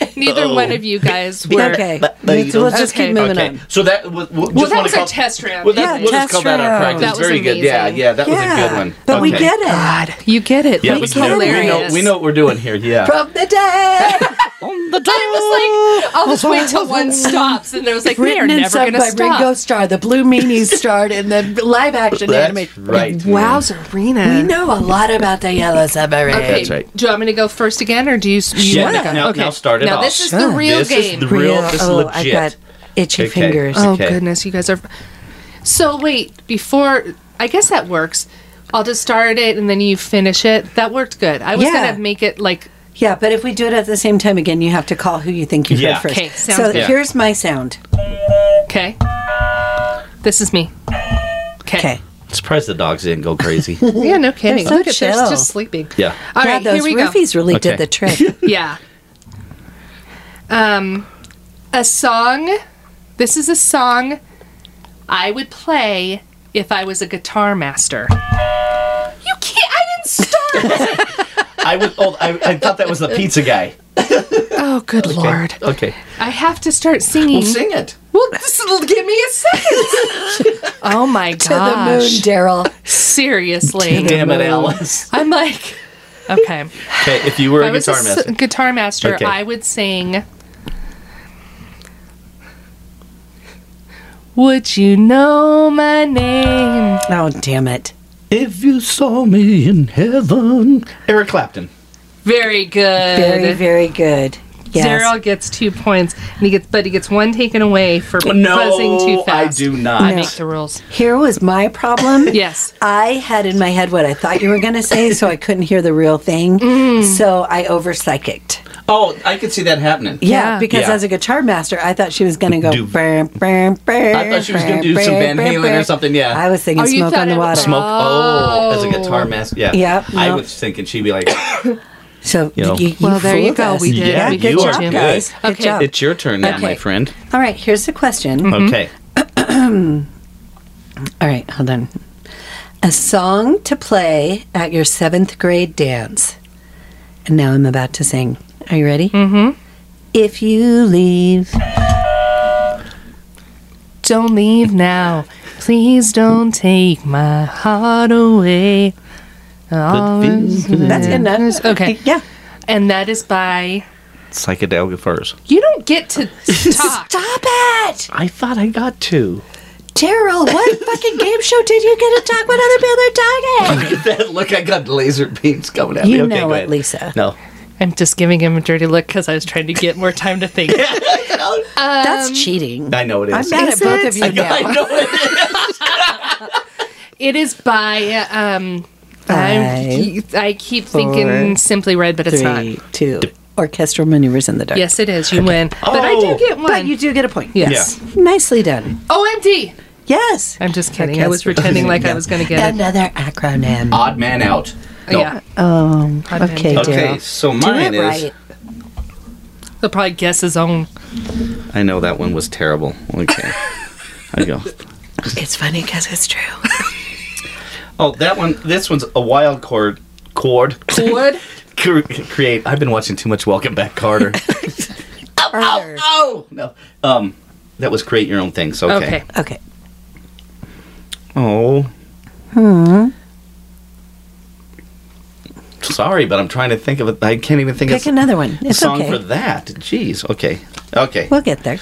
[SPEAKER 3] Of, neither one of you guys were.
[SPEAKER 4] Okay, let's, we'll just
[SPEAKER 3] Okay.
[SPEAKER 4] keep moving
[SPEAKER 5] Okay,
[SPEAKER 4] on.
[SPEAKER 5] so that was we'll just
[SPEAKER 3] that
[SPEAKER 5] wanna
[SPEAKER 3] was our
[SPEAKER 5] call-
[SPEAKER 3] test round.
[SPEAKER 5] Well, that,
[SPEAKER 4] Yeah,
[SPEAKER 5] we'll just
[SPEAKER 4] test
[SPEAKER 5] call that our
[SPEAKER 4] round.
[SPEAKER 5] practice.
[SPEAKER 3] That was
[SPEAKER 5] Very good. Yeah,
[SPEAKER 3] amazing.
[SPEAKER 5] yeah, that
[SPEAKER 4] Yeah,
[SPEAKER 5] was a good one.
[SPEAKER 4] but we
[SPEAKER 5] Okay.
[SPEAKER 4] get it.
[SPEAKER 3] God, you get it.
[SPEAKER 5] Yeah,
[SPEAKER 3] That was
[SPEAKER 5] we, get it. We know,
[SPEAKER 3] hilarious.
[SPEAKER 5] we know what we're doing here. Yeah.
[SPEAKER 4] From the day
[SPEAKER 3] I was like, I'll just wait till one stops, and I was like, we are
[SPEAKER 4] written and
[SPEAKER 3] never
[SPEAKER 4] sung
[SPEAKER 3] gonna
[SPEAKER 4] by
[SPEAKER 3] stop.
[SPEAKER 4] Ringo Starr, the Blue Meanies starred in the live action anime.
[SPEAKER 5] That's right.
[SPEAKER 3] Wowzerina.
[SPEAKER 4] We know a lot about the Yellow Submarine.
[SPEAKER 3] Okay.
[SPEAKER 5] That's right.
[SPEAKER 3] Do you want me to go first again, or do you? you
[SPEAKER 5] Yeah,
[SPEAKER 3] wanna
[SPEAKER 5] now-
[SPEAKER 3] go?
[SPEAKER 5] now- now start it
[SPEAKER 3] Now
[SPEAKER 5] off.
[SPEAKER 3] this is
[SPEAKER 4] Sure.
[SPEAKER 3] the real
[SPEAKER 5] This is
[SPEAKER 3] game.
[SPEAKER 5] the real. This is
[SPEAKER 4] oh,
[SPEAKER 5] legit.
[SPEAKER 4] I've got itchy
[SPEAKER 5] Okay.
[SPEAKER 4] fingers.
[SPEAKER 3] oh
[SPEAKER 5] okay.
[SPEAKER 3] goodness, you guys are. So wait, before I guess that works. I'll just start it and then you finish it. That worked good. I was
[SPEAKER 4] Yeah.
[SPEAKER 3] gonna make it like
[SPEAKER 4] Yeah, but if we do it at the same time again, you have to call who you think you
[SPEAKER 5] Yeah.
[SPEAKER 4] heard first.
[SPEAKER 3] Okay, sounds
[SPEAKER 4] so
[SPEAKER 3] good.
[SPEAKER 5] Yeah.
[SPEAKER 4] here's my sound.
[SPEAKER 3] okay. This is me. Okay.
[SPEAKER 4] Okay.
[SPEAKER 5] Surprised the dogs didn't go crazy.
[SPEAKER 3] Yeah, no kidding.
[SPEAKER 4] They're so
[SPEAKER 3] Look at they're
[SPEAKER 4] chill.
[SPEAKER 3] just sleeping.
[SPEAKER 5] yeah.
[SPEAKER 3] All
[SPEAKER 4] yeah,
[SPEAKER 3] right,
[SPEAKER 4] those
[SPEAKER 3] here we go.
[SPEAKER 4] roofies really did
[SPEAKER 5] Okay.
[SPEAKER 4] the trick.
[SPEAKER 3] Yeah. Um, a song. This is a song I would play if I was a guitar master. You can't. I didn't start.
[SPEAKER 5] I was. Oh, I, I thought that was the pizza guy.
[SPEAKER 3] oh, good lord!
[SPEAKER 5] Okay.
[SPEAKER 3] I have to start singing.
[SPEAKER 5] Well, sing it.
[SPEAKER 3] Well, this will give me a second. oh my gosh!
[SPEAKER 4] to the moon, Daryl.
[SPEAKER 3] Seriously,
[SPEAKER 5] Damn it, Alice.
[SPEAKER 3] I'm like, okay.
[SPEAKER 5] Okay, if you were
[SPEAKER 3] I
[SPEAKER 5] a
[SPEAKER 3] was
[SPEAKER 5] guitar
[SPEAKER 3] a s-
[SPEAKER 5] master.
[SPEAKER 3] guitar master,
[SPEAKER 5] Okay.
[SPEAKER 3] I would sing. Would you know my name?
[SPEAKER 4] Oh, damn it.
[SPEAKER 5] If you saw me in heaven, Eric Clapton.
[SPEAKER 3] Very good.
[SPEAKER 4] Very, very good. Yes.
[SPEAKER 3] Uh, Daryl gets two points, and he gets, but he gets one taken away for buzzing too
[SPEAKER 5] No, I
[SPEAKER 3] fast.
[SPEAKER 5] do not.
[SPEAKER 3] Make the rules.
[SPEAKER 4] Here was my problem.
[SPEAKER 3] Yes.
[SPEAKER 4] I had in my head what I thought you were going to say, so I couldn't hear the real thing.
[SPEAKER 3] Mm.
[SPEAKER 4] So I over psychicked.
[SPEAKER 5] Oh, I could see that happening.
[SPEAKER 4] Yeah,
[SPEAKER 3] Yeah.
[SPEAKER 4] because
[SPEAKER 5] Yeah.
[SPEAKER 4] as a guitar master, I thought she was going to go.
[SPEAKER 5] Do-
[SPEAKER 4] "Brr, brr, brr,
[SPEAKER 5] I thought she was
[SPEAKER 4] brr,
[SPEAKER 5] gonna do some
[SPEAKER 4] brr,
[SPEAKER 5] Van
[SPEAKER 4] brr,
[SPEAKER 5] Halen or
[SPEAKER 4] brr."
[SPEAKER 5] something, yeah.
[SPEAKER 4] I was thinking
[SPEAKER 3] Oh, you
[SPEAKER 4] smoke
[SPEAKER 3] thought
[SPEAKER 4] on
[SPEAKER 3] it
[SPEAKER 4] the
[SPEAKER 3] was-
[SPEAKER 4] water.
[SPEAKER 5] Smoke. Oh, as a guitar
[SPEAKER 3] Oh.
[SPEAKER 5] master. Yeah.
[SPEAKER 4] Yep,
[SPEAKER 5] I
[SPEAKER 4] no.
[SPEAKER 5] was thinking she'd be like,
[SPEAKER 4] So
[SPEAKER 5] You know.
[SPEAKER 4] you, you
[SPEAKER 3] Well, there you
[SPEAKER 4] fooled
[SPEAKER 3] go.
[SPEAKER 4] us.
[SPEAKER 3] We did.
[SPEAKER 5] Yeah,
[SPEAKER 3] we
[SPEAKER 5] you
[SPEAKER 3] did
[SPEAKER 5] are
[SPEAKER 3] job,
[SPEAKER 5] good.
[SPEAKER 3] guys.
[SPEAKER 4] Good
[SPEAKER 3] Okay.
[SPEAKER 4] job.
[SPEAKER 5] "It's your turn now,
[SPEAKER 4] Okay. Mm-hmm.
[SPEAKER 5] my friend."
[SPEAKER 4] All right, here's the question.
[SPEAKER 5] Okay.
[SPEAKER 4] All right, hold on. A song to play at your seventh grade dance. And now I'm about to sing. Are you ready? Mm hmm.
[SPEAKER 3] Mm-hmm.
[SPEAKER 4] If you leave,
[SPEAKER 3] Don't leave now. Please don't take my heart away. All is-
[SPEAKER 4] that's good enough.
[SPEAKER 3] Mm-hmm. Okay.
[SPEAKER 4] Yeah.
[SPEAKER 3] And that is by.
[SPEAKER 5] Psychedelic guitars.
[SPEAKER 3] You don't get to talk.
[SPEAKER 4] Stop it!
[SPEAKER 5] I thought I got two.
[SPEAKER 4] Terrell, what fucking game show did you get to talk with other people are talking?
[SPEAKER 5] Look at that! Look, I got laser beams coming at me.
[SPEAKER 4] You
[SPEAKER 5] Okay,
[SPEAKER 4] know
[SPEAKER 5] go
[SPEAKER 4] it,
[SPEAKER 5] ahead.
[SPEAKER 4] Lisa.
[SPEAKER 5] No.
[SPEAKER 3] I'm just giving him a dirty look because I was trying to get more time to think. Um,
[SPEAKER 4] That's cheating.
[SPEAKER 5] I know it
[SPEAKER 4] I'm
[SPEAKER 5] is.
[SPEAKER 4] mad
[SPEAKER 3] Is
[SPEAKER 4] at both
[SPEAKER 3] it?
[SPEAKER 4] of you now.
[SPEAKER 5] I know it is.
[SPEAKER 3] It is by. uh, Um, I'm,
[SPEAKER 4] Five,
[SPEAKER 3] I keep
[SPEAKER 4] four,
[SPEAKER 3] thinking Simply Red, but it's
[SPEAKER 4] Three,
[SPEAKER 3] not.
[SPEAKER 4] two. Orchestral maneuvers in the dark.
[SPEAKER 3] Yes, it is. You win. But I do
[SPEAKER 5] Oh.
[SPEAKER 3] get one.
[SPEAKER 4] But you do get a point.
[SPEAKER 3] yes.
[SPEAKER 4] Nicely done.
[SPEAKER 3] OMD.
[SPEAKER 4] Yes.
[SPEAKER 3] I'm just kidding. I was
[SPEAKER 4] Orchestral
[SPEAKER 3] pretending like I
[SPEAKER 4] maneuvers.
[SPEAKER 3] was going to get it.
[SPEAKER 4] Another acronym.
[SPEAKER 5] Odd man out. No.
[SPEAKER 3] Yeah.
[SPEAKER 4] Oh, okay,
[SPEAKER 3] Okay,
[SPEAKER 5] Okay,
[SPEAKER 4] Daryl.
[SPEAKER 5] so
[SPEAKER 4] Do it
[SPEAKER 5] mine is.
[SPEAKER 4] right.
[SPEAKER 3] He'll probably guess his own.
[SPEAKER 5] I know that one was terrible. Okay. I go.
[SPEAKER 4] It's funny because it's true.
[SPEAKER 5] Oh, that one. This one's a wild chord. Chord.
[SPEAKER 3] Wood.
[SPEAKER 5] Cre- create. I've been watching too much Welcome Back, Carter.
[SPEAKER 4] Carter.
[SPEAKER 5] oh no. Um, that was create your own thing. So okay.
[SPEAKER 3] Okay.
[SPEAKER 4] Okay.
[SPEAKER 5] Oh. Hmm. Sorry, but I'm trying to think of it. I can't even think
[SPEAKER 4] Pick
[SPEAKER 5] of
[SPEAKER 4] another one.
[SPEAKER 5] a
[SPEAKER 4] It's
[SPEAKER 5] song
[SPEAKER 4] okay.
[SPEAKER 5] for that. Jeez. Okay. Okay.
[SPEAKER 4] We'll get there.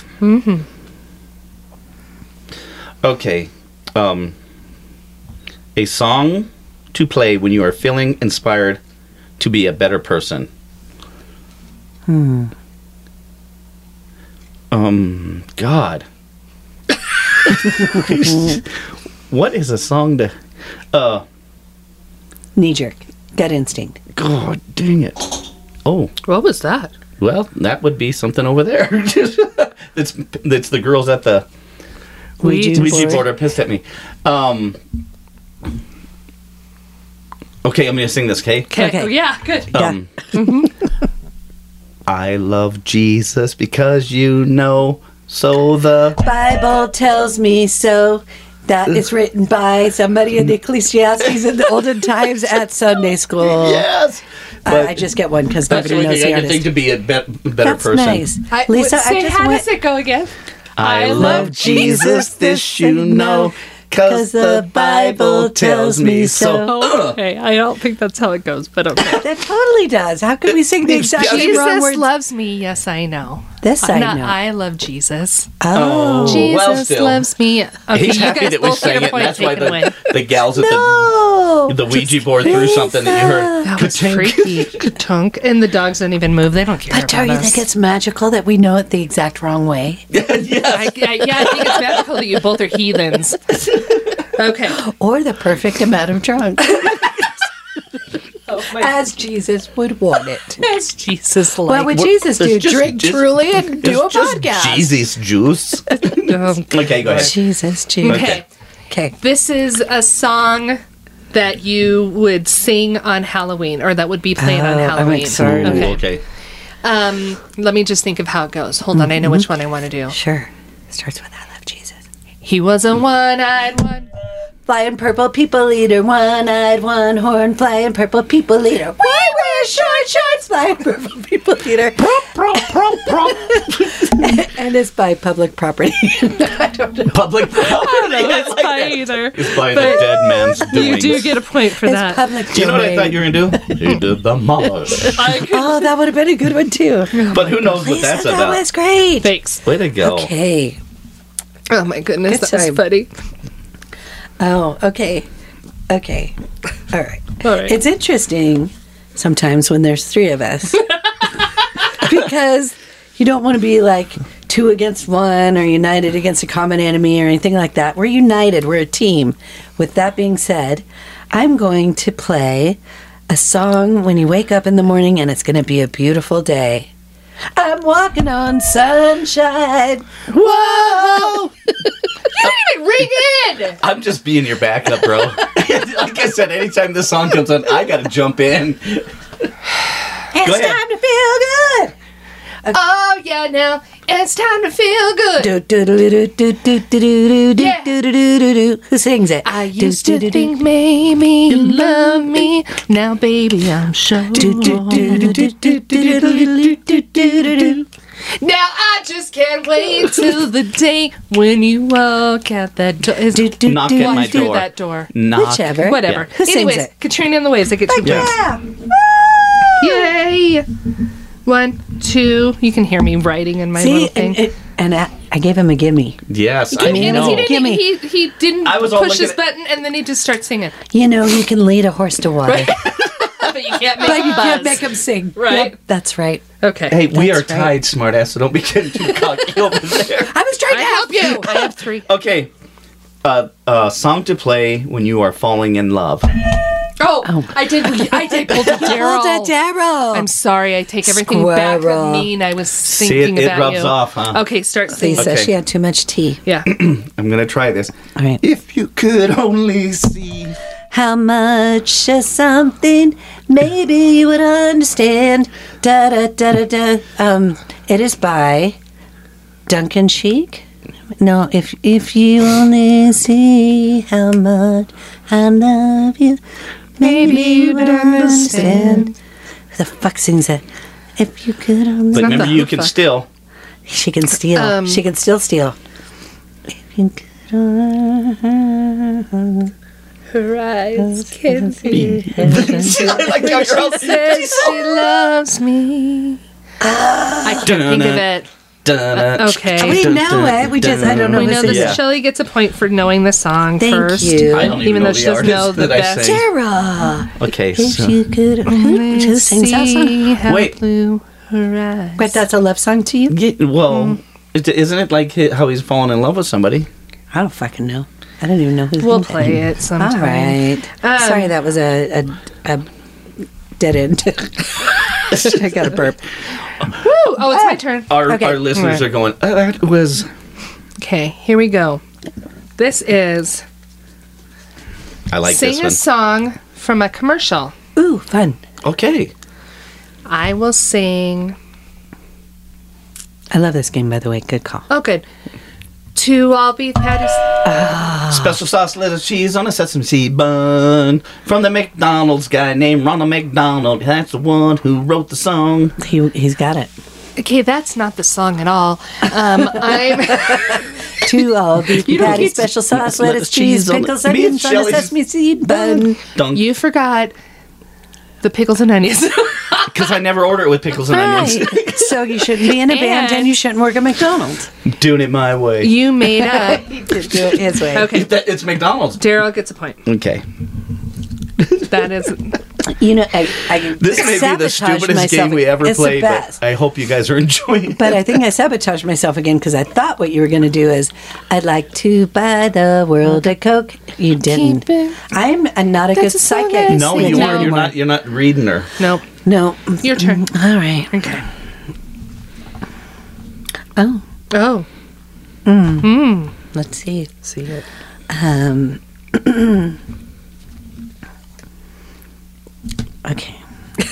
[SPEAKER 5] Okay. Um, a song to play when you are feeling inspired to be a better person. Hmm. Um, God. what is a song to. Uh,
[SPEAKER 4] Knee jerk. Gut instinct.
[SPEAKER 5] God dang it. Oh,
[SPEAKER 3] What was that?
[SPEAKER 5] well, that would be something over there. That's that's the girls at the
[SPEAKER 4] Ouija
[SPEAKER 5] Ouija
[SPEAKER 4] board.
[SPEAKER 5] board are pissed at me. Um, okay, I'm gonna sing this. Okay.
[SPEAKER 3] Okay.
[SPEAKER 4] Okay.
[SPEAKER 3] Oh, yeah. Good.
[SPEAKER 4] Yeah.
[SPEAKER 5] Um, I love Jesus because you know. So the
[SPEAKER 4] Bible tells me so. That is written by somebody in the Ecclesiastes in the olden times at Sunday school.
[SPEAKER 5] yes,
[SPEAKER 4] I, I just get one because
[SPEAKER 5] that's the
[SPEAKER 4] nobody
[SPEAKER 5] only
[SPEAKER 4] knows
[SPEAKER 5] thing
[SPEAKER 4] the
[SPEAKER 5] I can think
[SPEAKER 4] artist.
[SPEAKER 5] to be a bet better
[SPEAKER 4] That's
[SPEAKER 5] person.
[SPEAKER 4] nice.
[SPEAKER 3] I,
[SPEAKER 4] Lisa,
[SPEAKER 3] say,
[SPEAKER 4] I just
[SPEAKER 3] how
[SPEAKER 4] went.
[SPEAKER 3] does it go again?
[SPEAKER 5] I love Jesus, this you know, cause the Bible tells me so.
[SPEAKER 3] Okay. I don't think that's how it goes, but okay.
[SPEAKER 4] That totally does. How could we sing the exact wrong
[SPEAKER 3] Jesus
[SPEAKER 4] words?
[SPEAKER 3] loves me. Yes, I know.
[SPEAKER 4] This I
[SPEAKER 3] Not
[SPEAKER 4] know.
[SPEAKER 3] I love Jesus.
[SPEAKER 4] oh,
[SPEAKER 5] Oh, well,
[SPEAKER 3] Jesus
[SPEAKER 5] still.
[SPEAKER 3] loves me. Okay,
[SPEAKER 5] He's
[SPEAKER 3] you
[SPEAKER 5] happy
[SPEAKER 3] guys
[SPEAKER 5] that we
[SPEAKER 3] both
[SPEAKER 5] sang
[SPEAKER 3] get a
[SPEAKER 5] it. And
[SPEAKER 3] point
[SPEAKER 5] that's why
[SPEAKER 3] taken away.
[SPEAKER 5] the, the gals at
[SPEAKER 4] no.
[SPEAKER 5] Oh, the, the Ouija board threw something that you heard.
[SPEAKER 3] That was
[SPEAKER 5] Ka-tink.
[SPEAKER 3] freaky. Tunk. And the dogs don't even move. They don't care
[SPEAKER 4] But
[SPEAKER 3] about
[SPEAKER 4] don't you
[SPEAKER 3] us.
[SPEAKER 4] think it's magical that we know it the exact wrong way?
[SPEAKER 3] I, I, yeah, I think it's magical that you both are heathens. Okay.
[SPEAKER 4] Or the perfect amount of drunk?
[SPEAKER 3] Oh,
[SPEAKER 4] As Jesus would want it.
[SPEAKER 3] Yes, Jesus like.
[SPEAKER 4] What would Jesus do?
[SPEAKER 5] it's just-
[SPEAKER 4] Drink
[SPEAKER 5] just-
[SPEAKER 4] truly and do a
[SPEAKER 5] It's just
[SPEAKER 4] podcast.
[SPEAKER 5] Jesus juice.
[SPEAKER 3] Um,
[SPEAKER 5] okay, go ahead.
[SPEAKER 4] Jesus, Jesus.
[SPEAKER 5] Okay.
[SPEAKER 3] okay.
[SPEAKER 4] Okay.
[SPEAKER 3] This is a song that you would sing on Halloween or that would be played on
[SPEAKER 4] Oh, I'm
[SPEAKER 3] Halloween.
[SPEAKER 4] excited.
[SPEAKER 5] Ooh,
[SPEAKER 3] Okay.
[SPEAKER 5] okay.
[SPEAKER 3] Um, let me just think of how it goes. Hold on, I know which one I want to do.
[SPEAKER 4] Sure. Starts with I love Jesus.
[SPEAKER 3] He was a one-eyed one.
[SPEAKER 4] Flying purple people eater, one eyed, one horn, flying purple people eater. We wear short shorts, flying purple people eater. and it's by public property.
[SPEAKER 5] Public property. I like that.
[SPEAKER 3] either.
[SPEAKER 5] It's by the dead man's
[SPEAKER 3] You
[SPEAKER 5] doings.
[SPEAKER 3] do get a point for
[SPEAKER 4] it's
[SPEAKER 3] that.
[SPEAKER 4] public domain.
[SPEAKER 5] Do you know what I thought you were gonna do? you did the mosh.
[SPEAKER 4] oh, that would have been a good one too.
[SPEAKER 5] But who knows what
[SPEAKER 4] Lisa,
[SPEAKER 5] that's
[SPEAKER 4] that
[SPEAKER 5] about?
[SPEAKER 4] was great.
[SPEAKER 3] Thanks.
[SPEAKER 5] Way to go.
[SPEAKER 4] Okay.
[SPEAKER 3] Oh my goodness,
[SPEAKER 4] Good
[SPEAKER 3] that was
[SPEAKER 4] time.
[SPEAKER 3] funny.
[SPEAKER 4] Oh, okay. Okay. All right.
[SPEAKER 3] All right.
[SPEAKER 4] It's interesting sometimes when there's three of us because you don't want to be like two against one or united against a common enemy or anything like that. We're united, we're a team. With that being said, I'm going to play a song when you wake up in the morning and it's going to be a beautiful day. I'm walking on sunshine. Whoa!
[SPEAKER 5] I'm just being your backup, bro. like I said, anytime this song comes on, I gotta jump in.
[SPEAKER 4] It's
[SPEAKER 5] ahead.
[SPEAKER 4] time to feel good.
[SPEAKER 3] Oh yeah, now it's time to feel good.
[SPEAKER 4] Do, do, do, do, do, do, do, do, do, do,
[SPEAKER 3] Yeah.
[SPEAKER 4] do, do, do, do, do. Who sings it?
[SPEAKER 3] I
[SPEAKER 4] Do,
[SPEAKER 3] used
[SPEAKER 4] do,
[SPEAKER 3] to
[SPEAKER 4] do, do.
[SPEAKER 3] think maybe you love me. Now, baby, I'm sure.
[SPEAKER 4] Do, do, do, do, do, do, do, do, do, do, do, do, do.
[SPEAKER 3] Now I just can't wait till the day when you walk out that door. Is-
[SPEAKER 4] Do, do,
[SPEAKER 5] Knock
[SPEAKER 4] do,
[SPEAKER 5] at my
[SPEAKER 4] do.
[SPEAKER 3] through
[SPEAKER 5] door.
[SPEAKER 3] that door.
[SPEAKER 5] Knock.
[SPEAKER 4] Whichever.
[SPEAKER 3] Whatever.
[SPEAKER 4] Who sings
[SPEAKER 3] Anyways,
[SPEAKER 4] it?
[SPEAKER 3] Katrina and the Waves. I get two points.
[SPEAKER 4] Yeah.
[SPEAKER 3] Yay! One, two. You can hear me writing in my
[SPEAKER 4] See,
[SPEAKER 3] little thing.
[SPEAKER 4] and, and, and I, I gave him a gimme.
[SPEAKER 5] Yes, I
[SPEAKER 3] He-
[SPEAKER 5] know.
[SPEAKER 3] He didn't,
[SPEAKER 4] Gimme.
[SPEAKER 3] He, he didn't
[SPEAKER 5] I was all
[SPEAKER 3] push
[SPEAKER 5] looking
[SPEAKER 3] his
[SPEAKER 5] at-
[SPEAKER 3] button, and then he just starts singing.
[SPEAKER 4] You know, you can lead a horse to water,
[SPEAKER 3] But you can't make
[SPEAKER 4] but
[SPEAKER 3] him
[SPEAKER 4] you
[SPEAKER 3] buzz.
[SPEAKER 4] can't make him sing.
[SPEAKER 3] Right.
[SPEAKER 4] Yep, that's right.
[SPEAKER 3] Okay.
[SPEAKER 5] Hey, we are
[SPEAKER 4] That's right.
[SPEAKER 5] tied, smartass, so don't be getting too cocky over there.
[SPEAKER 4] I was
[SPEAKER 3] I
[SPEAKER 4] trying to
[SPEAKER 3] help
[SPEAKER 4] help you.
[SPEAKER 3] you. I have three.
[SPEAKER 5] Okay. Uh, uh, song to play when you are falling in love.
[SPEAKER 3] Oh, I did. I did. Pull the Daryl.
[SPEAKER 4] Hold it, Daryl.
[SPEAKER 3] I'm sorry. I take everything back.
[SPEAKER 4] Squirrel.
[SPEAKER 3] I mean, I was
[SPEAKER 5] it-
[SPEAKER 3] thinking
[SPEAKER 5] it
[SPEAKER 3] about
[SPEAKER 5] rubs
[SPEAKER 3] you.
[SPEAKER 5] off, huh?
[SPEAKER 3] Okay, start singing.
[SPEAKER 4] Lisa,
[SPEAKER 5] Okay.
[SPEAKER 4] she had too much tea.
[SPEAKER 3] Yeah.
[SPEAKER 5] I'm gonna try this.
[SPEAKER 4] All right.
[SPEAKER 5] If you could only see.
[SPEAKER 4] How much of something maybe you would understand. Da da da da da. Um, it is by Duncan Sheik. No, if if you only see how much I love you, maybe you would understand. Who the fuck sings that? If you could only,
[SPEAKER 5] But
[SPEAKER 3] not
[SPEAKER 5] remember,
[SPEAKER 3] the
[SPEAKER 5] you can
[SPEAKER 3] hoofah.
[SPEAKER 5] still.
[SPEAKER 4] she can steal.
[SPEAKER 3] Um,
[SPEAKER 4] she can still steal. If you could only
[SPEAKER 3] Her eyes can see.
[SPEAKER 4] see how much-
[SPEAKER 5] I like how you're all-
[SPEAKER 3] Says she loves me. I can't think of it.
[SPEAKER 4] Ah.
[SPEAKER 5] Dun-dun.
[SPEAKER 3] Uh, Okay.
[SPEAKER 4] We know it. We just I don't know.
[SPEAKER 3] We
[SPEAKER 4] the
[SPEAKER 3] know
[SPEAKER 4] song.
[SPEAKER 3] this.
[SPEAKER 5] Yeah.
[SPEAKER 3] Shelley gets a point for knowing the song
[SPEAKER 4] Thank
[SPEAKER 3] first.
[SPEAKER 4] you. I
[SPEAKER 5] don't
[SPEAKER 3] even
[SPEAKER 5] even know
[SPEAKER 3] though
[SPEAKER 5] the
[SPEAKER 3] she doesn't know
[SPEAKER 5] artist
[SPEAKER 3] the
[SPEAKER 5] that I
[SPEAKER 3] best.
[SPEAKER 5] sing.
[SPEAKER 4] Sarah,
[SPEAKER 5] Okay.
[SPEAKER 4] if
[SPEAKER 5] So.
[SPEAKER 4] you could, who, who sings that song?
[SPEAKER 3] See how
[SPEAKER 5] Wait.
[SPEAKER 3] blue her eyes.
[SPEAKER 4] But that's a love song to you?
[SPEAKER 5] Yeah, well,
[SPEAKER 3] Mm.
[SPEAKER 5] it- isn't it like hi- how he's fallen in love with somebody?
[SPEAKER 4] I don't fucking know. I don't even know who's.
[SPEAKER 3] We'll play it sometime.
[SPEAKER 4] All right.
[SPEAKER 3] Um,
[SPEAKER 4] Sorry, that was a a, a dead end. I got a burp.
[SPEAKER 3] Woo! Oh, it's my turn.
[SPEAKER 5] Our
[SPEAKER 4] Ah. Okay.
[SPEAKER 5] our listeners
[SPEAKER 3] Right.
[SPEAKER 5] are going. "Uh, That was
[SPEAKER 3] Okay, here we go. This is
[SPEAKER 5] I like
[SPEAKER 3] sing a
[SPEAKER 5] this
[SPEAKER 3] song from a commercial.
[SPEAKER 4] Ooh, fun.
[SPEAKER 5] one. Okay.
[SPEAKER 3] Ah. I will sing.
[SPEAKER 4] I love this game, by the way. Good call.
[SPEAKER 3] Oh, good. Two all beef patties.
[SPEAKER 5] Special sauce, little cheese on a sesame seed bun from the McDonald's guy named Ronald McDonald. That's the one who wrote the song.
[SPEAKER 4] He he's got it.
[SPEAKER 3] Okay, that's not the song at all. Um, I'm.
[SPEAKER 4] Two all beef
[SPEAKER 5] You don't
[SPEAKER 4] patty
[SPEAKER 5] get to-
[SPEAKER 4] special sauce,
[SPEAKER 5] it's not
[SPEAKER 4] lettuce,
[SPEAKER 5] the cheese
[SPEAKER 4] cheese,
[SPEAKER 5] on it.
[SPEAKER 4] pickles,
[SPEAKER 5] Me and
[SPEAKER 4] onions on a
[SPEAKER 5] Shelley just-
[SPEAKER 4] sesame seed bun.
[SPEAKER 5] Dunk.
[SPEAKER 3] You forgot the pickles and onions.
[SPEAKER 5] Because I never order it with pickles and onions.
[SPEAKER 4] Right. so you shouldn't be in a band
[SPEAKER 3] And-
[SPEAKER 4] and you shouldn't work at McDonald's.
[SPEAKER 5] Doing it my way.
[SPEAKER 3] you made up.
[SPEAKER 4] Do it his way.
[SPEAKER 3] Okay,
[SPEAKER 5] That- it's McDonald's.
[SPEAKER 3] Daryl gets a point.
[SPEAKER 5] Okay.
[SPEAKER 3] That is.
[SPEAKER 4] You know, I, I
[SPEAKER 5] This may be the
[SPEAKER 4] sabotaged
[SPEAKER 5] stupidest
[SPEAKER 4] myself.
[SPEAKER 5] game we ever
[SPEAKER 4] it's
[SPEAKER 5] played,
[SPEAKER 4] The best.
[SPEAKER 5] but I hope you guys are enjoying it.
[SPEAKER 4] But I think I sabotaged myself again because I thought what you were going to do is I'd like to buy the world a Coke. You didn't.
[SPEAKER 3] Keep it-
[SPEAKER 4] I'm a, not a
[SPEAKER 3] That's
[SPEAKER 4] good
[SPEAKER 3] a song
[SPEAKER 4] psychic.
[SPEAKER 3] I
[SPEAKER 5] no,
[SPEAKER 3] sing it.
[SPEAKER 5] you are. You're not. You're not reading her.
[SPEAKER 3] Nope.
[SPEAKER 4] No.
[SPEAKER 3] Your turn.
[SPEAKER 4] All right.
[SPEAKER 3] Okay.
[SPEAKER 4] Oh,
[SPEAKER 3] Oh.
[SPEAKER 4] let's see.
[SPEAKER 3] See it.
[SPEAKER 4] Um, okay.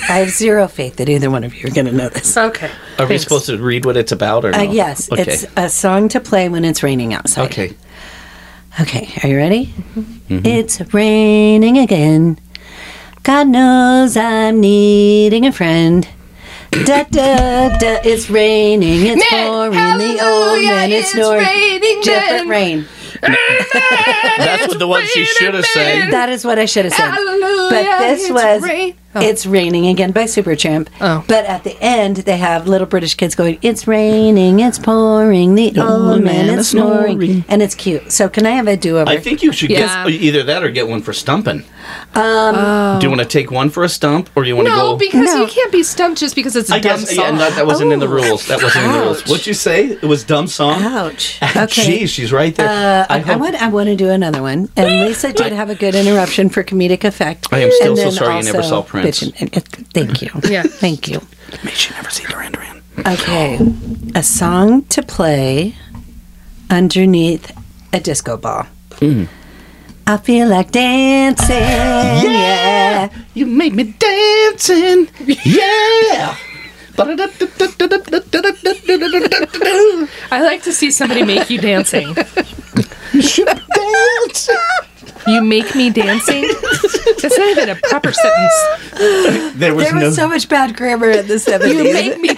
[SPEAKER 4] I have zero faith that either one of you are going to know this.
[SPEAKER 3] Okay.
[SPEAKER 5] Are we
[SPEAKER 3] Thanks.
[SPEAKER 5] supposed to read what it's about or no?
[SPEAKER 4] Uh, yes,
[SPEAKER 5] Okay.
[SPEAKER 4] it's a song to play when it's raining outside.
[SPEAKER 5] okay.
[SPEAKER 4] Okay, are you ready?
[SPEAKER 3] Mm-hmm.
[SPEAKER 4] It's raining again. God knows I'm needing a friend. Da da da, it's raining, it's
[SPEAKER 3] Man,
[SPEAKER 4] pouring. The old
[SPEAKER 3] hallelujah,
[SPEAKER 4] man is
[SPEAKER 3] it's
[SPEAKER 4] snoring.
[SPEAKER 3] raining,
[SPEAKER 4] Different
[SPEAKER 3] man.
[SPEAKER 4] rain.
[SPEAKER 5] That's what the one she should have said.
[SPEAKER 4] That is what I should have said.
[SPEAKER 3] Hallelujah,
[SPEAKER 4] But this
[SPEAKER 3] it's
[SPEAKER 4] was
[SPEAKER 3] rain-
[SPEAKER 4] It's Raining Again by Supertramp.
[SPEAKER 3] Oh.
[SPEAKER 4] But at the end, they have little British kids going, It's raining, it's pouring, the old man is snoring. And it's cute. So, can I have a do over?
[SPEAKER 5] I think you should
[SPEAKER 3] Yeah.
[SPEAKER 5] get either that or get one for stumping. Um, do you want to take one for a stump, or do you want to
[SPEAKER 3] No,
[SPEAKER 5] go?
[SPEAKER 3] because
[SPEAKER 4] No.
[SPEAKER 3] you can't be stumped just because it's a
[SPEAKER 5] I
[SPEAKER 3] dumb
[SPEAKER 5] guess yeah,
[SPEAKER 3] song.
[SPEAKER 5] no, that wasn't in the rules. That wasn't in the rules.
[SPEAKER 3] Ouch.
[SPEAKER 5] What'd you say? It was dumb song.
[SPEAKER 4] Ouch. Uh,
[SPEAKER 5] Jeez, she's right there.
[SPEAKER 4] I,
[SPEAKER 5] hope-
[SPEAKER 4] want, I want to do another one. And Lisa did have a good interruption for comedic effect.
[SPEAKER 5] I am still
[SPEAKER 4] And
[SPEAKER 5] so
[SPEAKER 4] then
[SPEAKER 5] sorry you never
[SPEAKER 4] also
[SPEAKER 5] saw Prince.
[SPEAKER 4] bitchin' and- uh, Thank you.
[SPEAKER 3] Yeah.
[SPEAKER 4] Thank you.
[SPEAKER 5] May she never see Duran Duran.
[SPEAKER 4] Okay. A song to play underneath a disco ball.
[SPEAKER 5] Hmm.
[SPEAKER 4] I feel like dancing. Yeah.
[SPEAKER 5] You make me dancing. Yeah. Dancing.
[SPEAKER 3] I like to see somebody make you dancing. You make me dancing? That's not even a proper sentence.
[SPEAKER 5] There was
[SPEAKER 4] There was so much bad grammar in the 70s.
[SPEAKER 3] You make me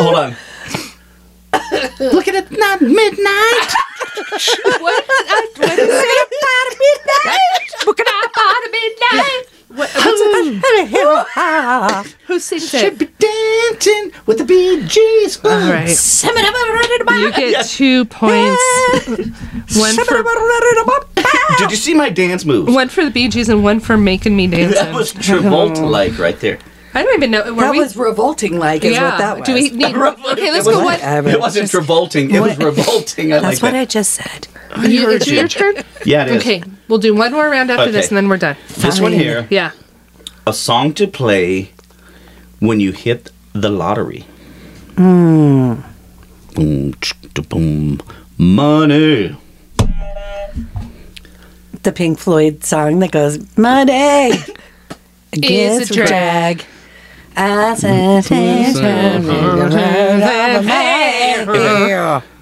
[SPEAKER 5] Hold on. Look at it, not midnight.
[SPEAKER 3] what? I, what is it? Who sings
[SPEAKER 5] Should
[SPEAKER 3] it?
[SPEAKER 5] be dancing with the BGs.
[SPEAKER 3] All right. You get two points. One for
[SPEAKER 5] Did you see my dance moves?
[SPEAKER 3] one for the Bee Gees and one for making me
[SPEAKER 5] That was
[SPEAKER 3] dancing.
[SPEAKER 5] Travolta like right there.
[SPEAKER 3] I don't even know. Were
[SPEAKER 4] That
[SPEAKER 3] we,
[SPEAKER 4] was revolting like is
[SPEAKER 3] yeah.
[SPEAKER 4] what that was.
[SPEAKER 3] Do we need? Okay, let's go. What?
[SPEAKER 4] Whatever.
[SPEAKER 5] It wasn't revolting. It was revolting. I like
[SPEAKER 4] That's what
[SPEAKER 5] that.
[SPEAKER 4] I just said.
[SPEAKER 3] You,
[SPEAKER 5] heard
[SPEAKER 3] it's
[SPEAKER 5] you.
[SPEAKER 3] your turn.
[SPEAKER 5] Yeah, it is.
[SPEAKER 3] Okay, we'll do one more round after this, and
[SPEAKER 5] Okay.
[SPEAKER 3] then we're done.
[SPEAKER 5] This one here,
[SPEAKER 3] Yeah.
[SPEAKER 5] a song to play when you hit the lottery.
[SPEAKER 3] Hmm.
[SPEAKER 5] Boom, tch, da, boom. Money.
[SPEAKER 4] The Pink Floyd song that goes Monday
[SPEAKER 3] Is a drag.
[SPEAKER 4] I said,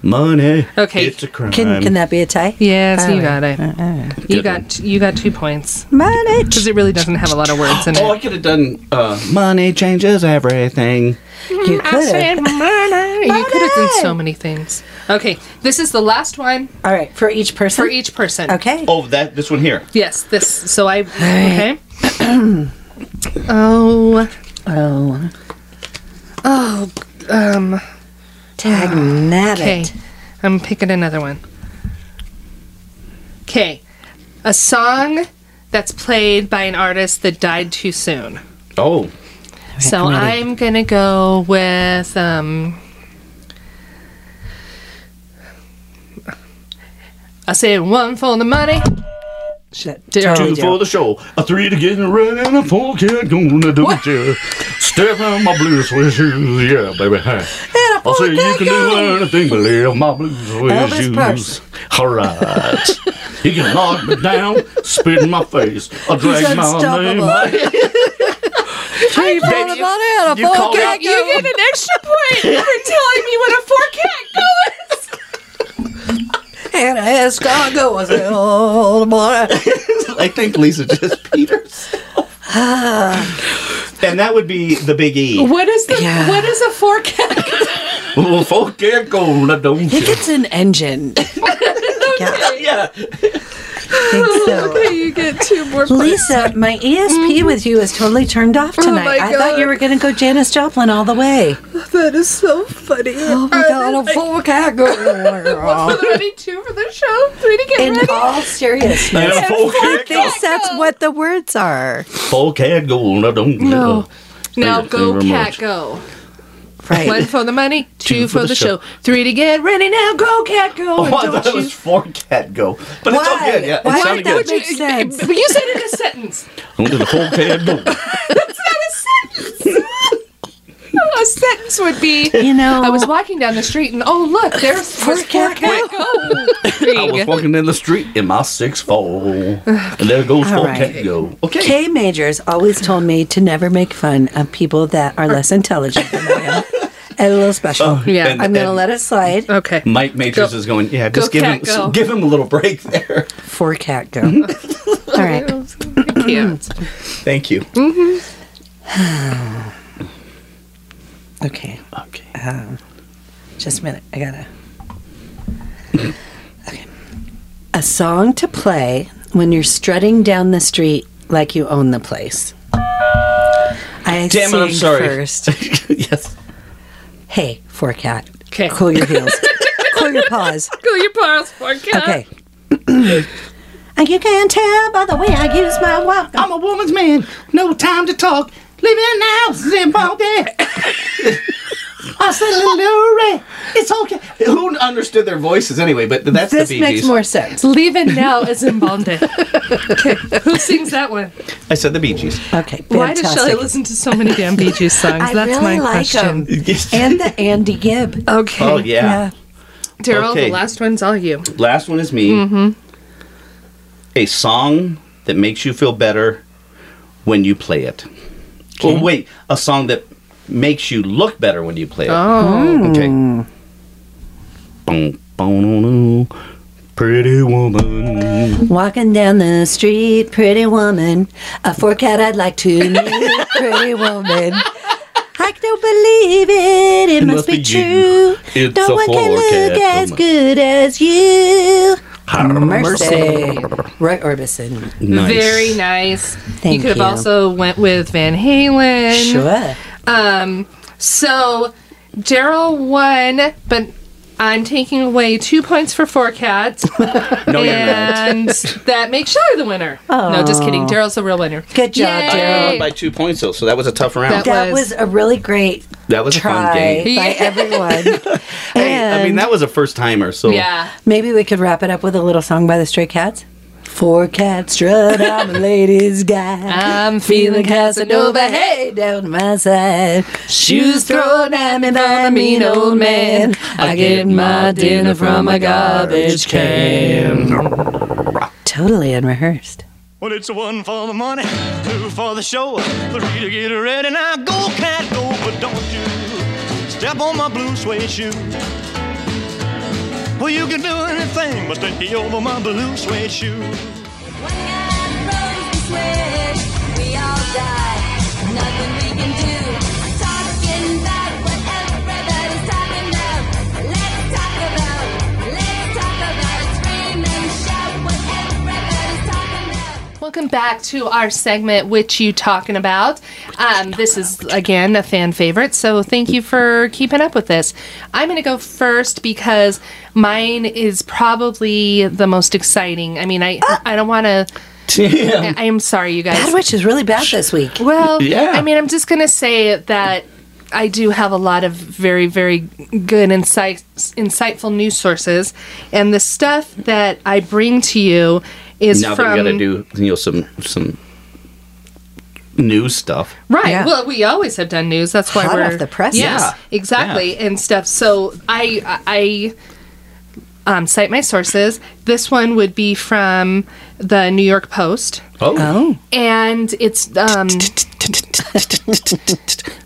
[SPEAKER 5] Money.
[SPEAKER 3] Okay.
[SPEAKER 5] It's a crime.
[SPEAKER 4] Can, can that be a tie?
[SPEAKER 3] Yes, you got it. You
[SPEAKER 5] Good
[SPEAKER 3] got you got two points
[SPEAKER 4] Monday.
[SPEAKER 3] because it really doesn't have a lot of words in
[SPEAKER 5] Oh, I
[SPEAKER 3] it.
[SPEAKER 5] could have done uh, money changes everything.
[SPEAKER 4] You
[SPEAKER 3] Mm,
[SPEAKER 4] could.
[SPEAKER 3] You could have done so many things. Okay, this is the last one
[SPEAKER 4] All right, for each person.
[SPEAKER 3] for e- each person.
[SPEAKER 4] Okay.
[SPEAKER 5] Oh, that this one here.
[SPEAKER 3] Yes, this. So I. Okay. oh.
[SPEAKER 4] Oh,
[SPEAKER 3] Oh. Um.
[SPEAKER 4] tag nabbit.
[SPEAKER 3] Okay. I'm picking another one. Okay. A song that's played by an artist that died too soon.
[SPEAKER 5] Oh,
[SPEAKER 3] So I'm gonna go with um. I said one for the money.
[SPEAKER 4] Shit,
[SPEAKER 3] Two
[SPEAKER 4] totally
[SPEAKER 5] two
[SPEAKER 4] do.
[SPEAKER 5] for the show, a three to get ready, and a four cat gonna do it. Yeah. Step on my blue suede shoes, yeah, baby. Hey.
[SPEAKER 4] And a
[SPEAKER 5] I'll say
[SPEAKER 4] poor
[SPEAKER 5] you can
[SPEAKER 4] girl.
[SPEAKER 5] do anything but live my blue suede
[SPEAKER 4] Elvis
[SPEAKER 5] shoes.
[SPEAKER 4] Presley.
[SPEAKER 5] All right, you can knock me down, spit in my face, I
[SPEAKER 4] He's
[SPEAKER 5] drag my name.
[SPEAKER 4] unstoppable. Three for the
[SPEAKER 5] you-
[SPEAKER 4] money and a
[SPEAKER 5] you
[SPEAKER 4] full
[SPEAKER 5] called
[SPEAKER 4] cake.
[SPEAKER 5] out-
[SPEAKER 3] You get an extra point for telling me what a four cat go is.
[SPEAKER 4] And an escargot was an old boy.
[SPEAKER 5] I think Lisa just Peters.
[SPEAKER 4] Ah.
[SPEAKER 5] and that would be the Big E.
[SPEAKER 3] What is the
[SPEAKER 4] Yeah.
[SPEAKER 3] what is a four cat?
[SPEAKER 5] Well, folk can't go, now, don't
[SPEAKER 4] He
[SPEAKER 5] you?
[SPEAKER 4] gets an engine.
[SPEAKER 5] Yeah.
[SPEAKER 4] So,
[SPEAKER 3] you get two more points.
[SPEAKER 4] Lisa, my ESP with you is totally turned off tonight.
[SPEAKER 3] Mm-hmm. Oh my
[SPEAKER 4] I thought you
[SPEAKER 3] God.
[SPEAKER 4] were going to go Janis Joplin all the way.
[SPEAKER 3] That is so funny.
[SPEAKER 4] Oh my God, a full cat go.
[SPEAKER 3] Ready two for the show, three to get
[SPEAKER 4] In
[SPEAKER 3] ready.
[SPEAKER 4] all seriousness,
[SPEAKER 5] And a folk
[SPEAKER 4] he
[SPEAKER 5] can't go.
[SPEAKER 4] thinks that's what the words are.
[SPEAKER 5] Folk can't go, now, don't you?
[SPEAKER 3] No. Now
[SPEAKER 5] Thank you
[SPEAKER 3] go,
[SPEAKER 5] very
[SPEAKER 3] cat,
[SPEAKER 5] much.
[SPEAKER 3] go. One
[SPEAKER 4] Right.
[SPEAKER 3] for the money, two, for, the, show. three to get ready. Now go, cat, go.
[SPEAKER 5] Oh,
[SPEAKER 3] and
[SPEAKER 5] I thought
[SPEAKER 3] don't
[SPEAKER 5] it
[SPEAKER 3] you?
[SPEAKER 5] was four cat go, but it's all
[SPEAKER 4] Why?
[SPEAKER 5] good. Yeah, it
[SPEAKER 4] Why
[SPEAKER 5] sounded
[SPEAKER 4] would that
[SPEAKER 5] good.
[SPEAKER 4] make sense?
[SPEAKER 3] But you said it in a sentence.
[SPEAKER 5] Went to the four cat go.
[SPEAKER 3] A sentence would be.
[SPEAKER 4] You know,
[SPEAKER 3] I was walking down the street and oh look, there's four cat,
[SPEAKER 4] cat,
[SPEAKER 5] I
[SPEAKER 3] go.
[SPEAKER 5] was walking in the street in my six four, and there goes
[SPEAKER 4] All
[SPEAKER 5] four
[SPEAKER 4] right.
[SPEAKER 5] cat go. Okay.
[SPEAKER 4] K majors always told me to never make fun of people that are less intelligent than I am. And a little special.
[SPEAKER 3] Yeah,
[SPEAKER 4] I'm going to let it slide.
[SPEAKER 3] Okay.
[SPEAKER 5] Mike Majors
[SPEAKER 3] Go-
[SPEAKER 5] is going. Yeah, just give
[SPEAKER 3] cat,
[SPEAKER 5] him
[SPEAKER 3] go.
[SPEAKER 5] give him a little break there.
[SPEAKER 4] Four cat go.
[SPEAKER 3] Mm-hmm.
[SPEAKER 4] All right.
[SPEAKER 3] Cute.
[SPEAKER 5] Thank you.
[SPEAKER 4] Okay.
[SPEAKER 5] Okay.
[SPEAKER 4] Um, Just a minute. I gotta. Okay. A song to play when you're strutting down the street like you own the place. I
[SPEAKER 5] Damn it, I'm
[SPEAKER 4] sing
[SPEAKER 5] sorry.
[SPEAKER 4] first.
[SPEAKER 5] yes.
[SPEAKER 4] Hey, four cat.
[SPEAKER 3] 'Kay.
[SPEAKER 4] Cool your heels. cool your paws.
[SPEAKER 3] Cool your paws, podcast.
[SPEAKER 4] Okay. and you can tell by the way I use my walk.
[SPEAKER 3] Oh,
[SPEAKER 5] I'm a woman's man. No time to talk. Living now, Zimbabwe. I said, Lilure. It's okay. Who understood their voices anyway? But that's
[SPEAKER 4] this
[SPEAKER 5] the Bee
[SPEAKER 4] makes
[SPEAKER 5] Gees.
[SPEAKER 4] more sense.
[SPEAKER 3] Leave it now as Zimbabwe. okay. Who sings that one?
[SPEAKER 5] I said the Bee Gees.
[SPEAKER 4] Okay, fantastic.
[SPEAKER 3] Why does Shelley listen to so many damn Bee Gees songs?
[SPEAKER 4] I
[SPEAKER 3] That's
[SPEAKER 4] really
[SPEAKER 3] my
[SPEAKER 4] like
[SPEAKER 3] question.
[SPEAKER 4] 'em. And the Andy Gibb.
[SPEAKER 3] Okay.
[SPEAKER 5] Oh yeah.
[SPEAKER 3] Daryl,
[SPEAKER 5] Okay.
[SPEAKER 3] the last one's all you.
[SPEAKER 5] Last one is me.
[SPEAKER 3] Mm-hmm.
[SPEAKER 5] A song that makes you feel better when you play it. Oh wait, a song that makes you look better when you play it.
[SPEAKER 3] Oh.
[SPEAKER 5] Okay. Boom, boom, boom, Pretty woman.
[SPEAKER 4] Walking down the street, pretty woman. A fork out I'd like to meet, pretty woman. I don't believe it, it, must,
[SPEAKER 5] must
[SPEAKER 4] be,
[SPEAKER 5] be
[SPEAKER 4] true.
[SPEAKER 5] you. It's
[SPEAKER 4] no
[SPEAKER 5] a
[SPEAKER 4] one can
[SPEAKER 5] forecast
[SPEAKER 4] look as
[SPEAKER 5] woman.
[SPEAKER 4] good as you. Mercy. Roy Orbison.
[SPEAKER 5] Nice.
[SPEAKER 3] Very nice.
[SPEAKER 4] Thank
[SPEAKER 3] you could have
[SPEAKER 4] you.
[SPEAKER 3] also went with Van Halen.
[SPEAKER 4] Sure.
[SPEAKER 3] Um, so Daryl won, but I'm taking away two points for four cats,
[SPEAKER 5] No, you're not.
[SPEAKER 3] and that makes Shelley the winner. No, just kidding. Daryl's the real winner.
[SPEAKER 4] Good job,
[SPEAKER 3] Yay.
[SPEAKER 4] Daryl.
[SPEAKER 5] By two points though, so that was a tough round.
[SPEAKER 3] That-
[SPEAKER 4] That
[SPEAKER 3] was-
[SPEAKER 4] was a really great
[SPEAKER 5] That was a fun
[SPEAKER 4] try
[SPEAKER 5] game.
[SPEAKER 4] by
[SPEAKER 3] Yeah.
[SPEAKER 4] everyone.
[SPEAKER 5] Hey, I mean
[SPEAKER 4] And
[SPEAKER 5] that was a first timer, so
[SPEAKER 3] Yeah.
[SPEAKER 4] Maybe we could wrap it up with a little song by the Stray Cats. Four cats strut, I'm a ladies' guy.
[SPEAKER 3] I'm
[SPEAKER 4] Feeling
[SPEAKER 3] feeling Casanova.
[SPEAKER 4] Casanova,
[SPEAKER 3] Hey,
[SPEAKER 4] hey, down my side. Shoes thrown at me by the mean old man. I get my dinner from a garbage can. Totally unrehearsed.
[SPEAKER 6] Well, it's one for the money, two for the show, three to get ready. Now go, cat, go, but don't you step on my blue suede shoe. Well, you can do anything but take me over my blue suede shoe.
[SPEAKER 3] Welcome back to our segment, which you talking about. Um, this is again a fan favorite, so thank you for keeping up with this. I'm going to go first because mine is probably the most exciting. I mean, I I don't want to. I am sorry, you guys.
[SPEAKER 4] Bad Witch is really bad this week.
[SPEAKER 3] Well,
[SPEAKER 5] Yeah.
[SPEAKER 3] I mean, I'm just gonna say that I do have a lot of very, very good insight, insightful news sources, and the stuff that I bring to you is
[SPEAKER 5] now
[SPEAKER 3] from
[SPEAKER 5] that we gotta do you know some some new stuff.
[SPEAKER 3] right.
[SPEAKER 4] Yeah.
[SPEAKER 3] Well, we always have done news. That's why
[SPEAKER 4] Hot
[SPEAKER 3] we're
[SPEAKER 4] off the presses.
[SPEAKER 3] Yes,
[SPEAKER 5] Yeah.
[SPEAKER 3] exactly, and stuff. So I, I. Um, cite my sources. This one would be from the New York Post,
[SPEAKER 5] Oh,
[SPEAKER 3] and it's um,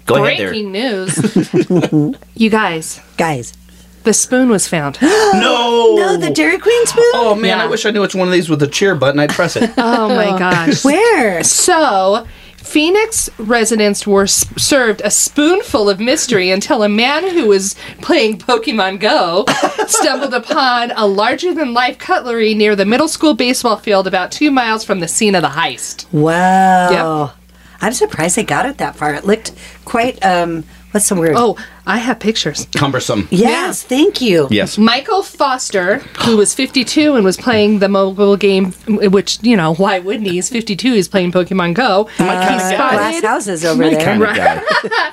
[SPEAKER 5] go ahead there.
[SPEAKER 3] breaking news. you guys,
[SPEAKER 4] Guys.
[SPEAKER 3] the spoon was found.
[SPEAKER 5] No.
[SPEAKER 4] No, the Dairy Queen spoon?
[SPEAKER 5] Oh man,
[SPEAKER 3] Yeah.
[SPEAKER 5] I wish I knew which one of these with the cheer button. I'd press it.
[SPEAKER 4] Uh,
[SPEAKER 3] Oh my gosh.
[SPEAKER 4] Where?
[SPEAKER 3] So, Phoenix residents were s- served a spoonful of mystery until a man who was playing Pokemon Go stumbled upon a larger than life cutlery near the middle school baseball field about two miles from the scene of the heist.
[SPEAKER 4] Wow. I'm surprised they got it that far. It looked quite, um, what's the word?
[SPEAKER 3] Oh, I have pictures.
[SPEAKER 5] Cumbersome.
[SPEAKER 4] yes, thank you.
[SPEAKER 5] Yes.
[SPEAKER 3] Michael Foster, who was 52 and was playing the mobile game, which, you know, why wouldn't he? He's 52, he's playing Pokemon Go.
[SPEAKER 5] kind of guy.
[SPEAKER 4] Glass houses over
[SPEAKER 5] My
[SPEAKER 4] there.
[SPEAKER 5] kind of guy.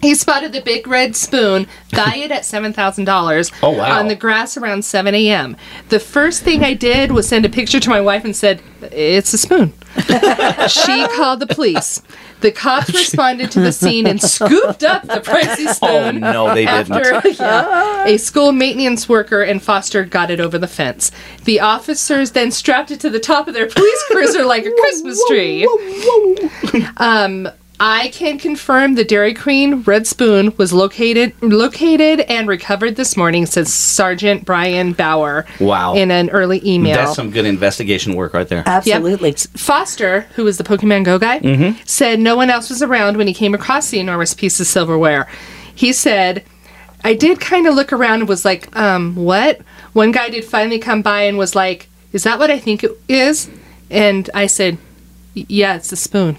[SPEAKER 3] He spotted the big red spoon, valued at seven thousand dollars,
[SPEAKER 5] Oh, wow.
[SPEAKER 3] on the grass around seven a.m. The first thing I did was send a picture to my wife and said, "It's a spoon." she called the police. The cops responded to the scene and scooped up the pricey
[SPEAKER 5] Oh
[SPEAKER 3] spoon.
[SPEAKER 5] no, they didn't.
[SPEAKER 3] After yeah, a school maintenance worker and Foster got it over the fence. The officers then strapped it to the top of their police cruiser like a Christmas tree. Um, I can confirm the Dairy Queen Red Spoon was located located and recovered this morning, says Sergeant Brian Bauer.
[SPEAKER 5] Wow.
[SPEAKER 3] In an early email.
[SPEAKER 5] That's some good investigation work right there.
[SPEAKER 3] Yep.
[SPEAKER 4] Absolutely.
[SPEAKER 3] Foster, who was the Pokemon Go guy,
[SPEAKER 5] Mm-hmm.
[SPEAKER 3] said no one else was around when he came across the enormous piece of silverware. He said, I did kind of look around and was like, um, what? One guy did finally come by and was like, is that what I think it is? And I said, Y- Yeah, it's a spoon.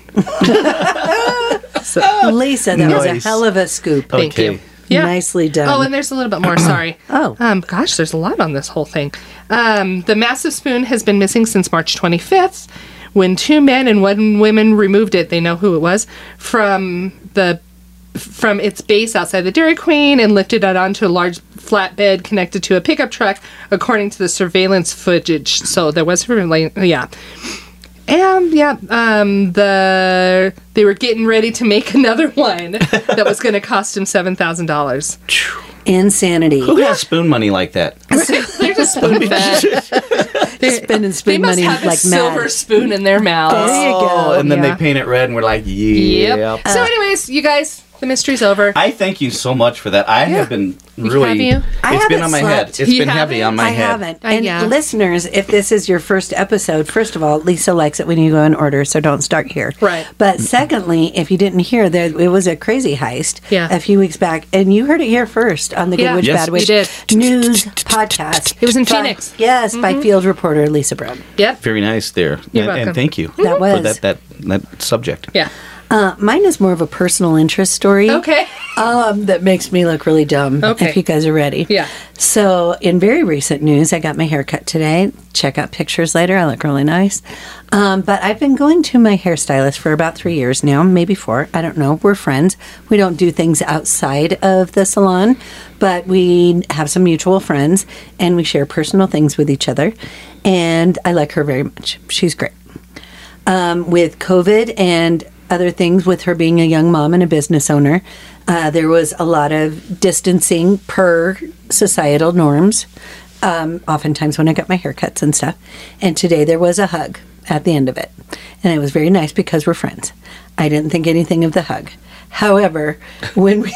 [SPEAKER 4] So, Lisa, that was a
[SPEAKER 5] Nice.
[SPEAKER 4] hell of a scoop.
[SPEAKER 3] Thank
[SPEAKER 5] Okay.
[SPEAKER 3] you. Yeah.
[SPEAKER 4] Nicely done.
[SPEAKER 3] Oh, and there's a little bit more. Sorry.
[SPEAKER 4] Oh.
[SPEAKER 3] Um, gosh, there's a lot on this whole thing. Um, the massive spoon has been missing since March 25th. When two men and one woman removed it, they know who it was from the from its base outside the Dairy Queen and lifted it onto a large flatbed connected to a pickup truck, according to the surveillance footage. So there was, yeah. And yeah, um, the they were getting ready to make another one that was going to cost him seven thousand dollars.
[SPEAKER 4] Insanity.
[SPEAKER 5] Who has spoon money like that?
[SPEAKER 3] They're just spoon fed. They
[SPEAKER 4] Spending spoon
[SPEAKER 3] must
[SPEAKER 4] money
[SPEAKER 3] have a
[SPEAKER 4] like
[SPEAKER 3] silver
[SPEAKER 4] mad.
[SPEAKER 3] spoon in their mouth.
[SPEAKER 4] There you
[SPEAKER 5] Oh,
[SPEAKER 4] go.
[SPEAKER 5] and then
[SPEAKER 3] yeah.
[SPEAKER 5] they paint it red, and we're like, yeah.
[SPEAKER 3] Yep. So, anyways, you guys, the mystery's over.
[SPEAKER 5] Oh. I thank you so much for that. I have been really.
[SPEAKER 3] you?
[SPEAKER 5] It's
[SPEAKER 4] I
[SPEAKER 5] been
[SPEAKER 4] haven't
[SPEAKER 5] on my
[SPEAKER 4] slept.
[SPEAKER 5] head. It's
[SPEAKER 3] You
[SPEAKER 5] been heavy
[SPEAKER 3] haven't?
[SPEAKER 5] on my
[SPEAKER 4] I
[SPEAKER 5] head.
[SPEAKER 4] haven't.
[SPEAKER 3] I-
[SPEAKER 4] and
[SPEAKER 3] yeah.
[SPEAKER 4] listeners, if this is your first episode, first of all, Lisa likes it when you go in order, so don't start here.
[SPEAKER 3] Right.
[SPEAKER 4] But secondly, if you didn't hear, there it was a crazy heist
[SPEAKER 3] Yeah.
[SPEAKER 4] a few weeks back, and you heard it here first on the
[SPEAKER 3] Yeah.
[SPEAKER 4] Good Witch
[SPEAKER 5] Yes.
[SPEAKER 4] Bad
[SPEAKER 5] We
[SPEAKER 4] Witch
[SPEAKER 3] did.
[SPEAKER 4] News podcast.
[SPEAKER 3] It was in
[SPEAKER 4] by-
[SPEAKER 3] Phoenix. Mm-hmm.
[SPEAKER 4] Yes, by field reporter Lisa Brown.
[SPEAKER 3] Yep.
[SPEAKER 5] Very nice there.
[SPEAKER 3] You're
[SPEAKER 5] and,
[SPEAKER 3] welcome.
[SPEAKER 5] and thank you
[SPEAKER 4] That
[SPEAKER 5] for
[SPEAKER 4] was-
[SPEAKER 5] that, that, that subject.
[SPEAKER 3] Yeah.
[SPEAKER 4] Uh, mine is more of a personal interest story.
[SPEAKER 3] Okay.
[SPEAKER 4] Um, that makes me look really dumb.
[SPEAKER 3] Okay.
[SPEAKER 4] If you guys are ready.
[SPEAKER 3] Yeah.
[SPEAKER 4] So, in very recent news, I got my hair cut today. Check out pictures later. I look really nice. Um, but I've been going to my hairstylist for about three years now, maybe four. I don't know. We're friends. We don't do things outside of the salon, but we have some mutual friends and we share personal things with each other. And I like her very much. She's great um, with COVID and other things, with her being a young mom and a business owner, uh, there was a lot of distancing per societal norms. Um, oftentimes, when I got my haircuts and stuff, and today there was a hug at the end of it, and it was very nice because we're friends. I didn't think anything of the hug. However, when we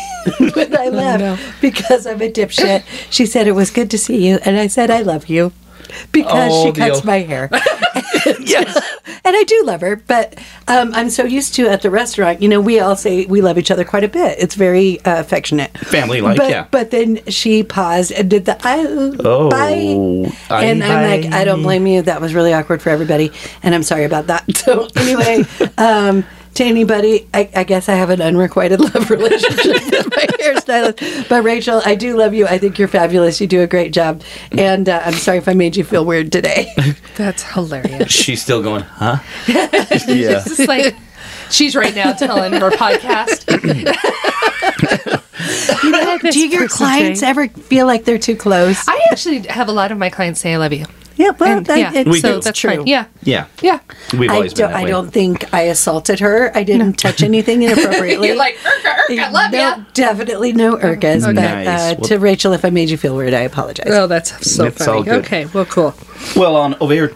[SPEAKER 4] when I left because I'm a dipshit, she said it was good to see you, and I said I love you because
[SPEAKER 5] Oh,
[SPEAKER 4] she
[SPEAKER 5] the
[SPEAKER 4] cuts
[SPEAKER 5] old-
[SPEAKER 4] my hair. and I do love her, but um, I'm so used to at the restaurant. You know, we all say we love each other quite a bit. It's very uh, affectionate,
[SPEAKER 5] Family like,
[SPEAKER 4] But,
[SPEAKER 5] yeah.
[SPEAKER 4] but then she paused and did the I
[SPEAKER 5] Oh,
[SPEAKER 4] bye,
[SPEAKER 5] I-
[SPEAKER 4] and I'm like,
[SPEAKER 5] bye.
[SPEAKER 4] I don't blame you. That was really awkward for everybody, and I'm sorry about that. So anyway. um, to anybody, I, I guess I have an unrequited love relationship with my hairstylist. But Rachel, I do love you. I think you're fabulous. You do a great job, and uh, I'm sorry if I made you feel weird today.
[SPEAKER 3] That's hilarious.
[SPEAKER 5] She's still going, huh? yeah.
[SPEAKER 3] It's just like she's right now telling her podcast.
[SPEAKER 4] Do your clients ever feel like they're too close?
[SPEAKER 3] I actually have a lot of my clients say I love you.
[SPEAKER 4] yeah, well,
[SPEAKER 3] And,
[SPEAKER 4] that,
[SPEAKER 3] yeah.
[SPEAKER 4] it's
[SPEAKER 5] We
[SPEAKER 3] so
[SPEAKER 5] do.
[SPEAKER 3] that's
[SPEAKER 4] true.
[SPEAKER 3] fine. Yeah.
[SPEAKER 5] Yeah.
[SPEAKER 3] Yeah.
[SPEAKER 5] We've
[SPEAKER 4] I
[SPEAKER 5] always
[SPEAKER 4] don't,
[SPEAKER 5] been that
[SPEAKER 4] I
[SPEAKER 5] way.
[SPEAKER 4] don't think I assaulted her. I didn't touch anything inappropriately.
[SPEAKER 3] You're like, Urka, Urka, love
[SPEAKER 4] no,
[SPEAKER 3] ya.
[SPEAKER 4] definitely no urkas. But
[SPEAKER 5] Oh, Nice.
[SPEAKER 4] uh, to Rachel, if I made you feel weird, I apologize.
[SPEAKER 3] Oh, that's so
[SPEAKER 5] It's
[SPEAKER 3] funny.
[SPEAKER 5] all good.
[SPEAKER 3] Okay, well, cool.
[SPEAKER 5] Well, on over here,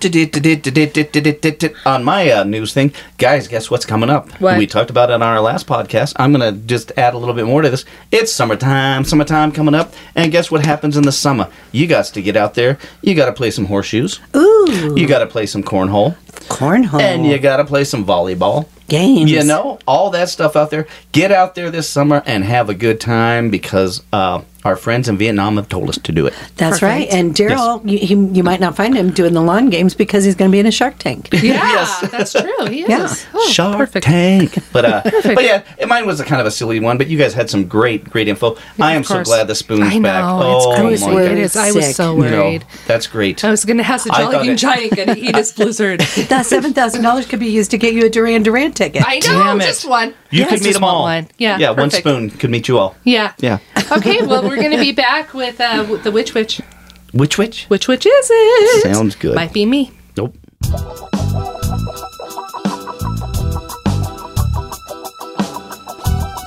[SPEAKER 5] on my uh, news thing, guys, guess what's coming up?
[SPEAKER 3] What?
[SPEAKER 5] We talked about it on our last podcast. I'm going to just add a little bit more to this. It's summertime, summertime coming up, and guess what happens in the summer? You got to get out there. You got to play some horseshoes.
[SPEAKER 4] Ooh,
[SPEAKER 5] You got to play some cornhole,
[SPEAKER 4] cornhole
[SPEAKER 5] and you got to play some volleyball.
[SPEAKER 4] games.
[SPEAKER 5] You know, all that stuff out there. Get out there this summer and have a good time because uh, our friends in Vietnam have told us to do it.
[SPEAKER 4] that's right. And Daryl, you, he, you might not find him doing the lawn games because he's going to be in a Shark Tank.
[SPEAKER 3] Yeah, that's true. He is.
[SPEAKER 4] Yeah.
[SPEAKER 3] Oh,
[SPEAKER 5] Shark
[SPEAKER 3] perfect.
[SPEAKER 5] Tank. But uh, but yeah, it- mine was a kind of a silly one. But you guys had some great great info. I am so
[SPEAKER 3] course.
[SPEAKER 5] glad the spoon's
[SPEAKER 3] I know.
[SPEAKER 5] back.
[SPEAKER 3] it's
[SPEAKER 5] oh
[SPEAKER 3] crazy.
[SPEAKER 5] my
[SPEAKER 3] It
[SPEAKER 4] worried.
[SPEAKER 5] god,
[SPEAKER 3] is. I was
[SPEAKER 4] Sick.
[SPEAKER 3] so
[SPEAKER 4] No.
[SPEAKER 5] no,
[SPEAKER 3] worried. Oh,
[SPEAKER 5] that's great.
[SPEAKER 3] I was going to have the
[SPEAKER 5] I
[SPEAKER 3] Jolly
[SPEAKER 5] thought
[SPEAKER 3] Green
[SPEAKER 5] it-
[SPEAKER 3] Giant going to eat his blizzard.
[SPEAKER 4] that seven thousand dollars could be used to get you a Duran Duran ticket.
[SPEAKER 3] I know,
[SPEAKER 5] Damn it.
[SPEAKER 3] just one.
[SPEAKER 5] you
[SPEAKER 3] Yeah,
[SPEAKER 5] could
[SPEAKER 3] just
[SPEAKER 5] meet them
[SPEAKER 3] want
[SPEAKER 5] all.
[SPEAKER 3] One. Yeah,
[SPEAKER 5] yeah, one
[SPEAKER 3] perfect.
[SPEAKER 5] spoon could meet you all.
[SPEAKER 3] Yeah.
[SPEAKER 5] Yeah.
[SPEAKER 3] Okay, well, we're going to be back with uh, w- the Witch Witch.
[SPEAKER 5] Which which?
[SPEAKER 3] Which Witch is it?
[SPEAKER 5] Sounds good.
[SPEAKER 3] Might be me.
[SPEAKER 5] Nope.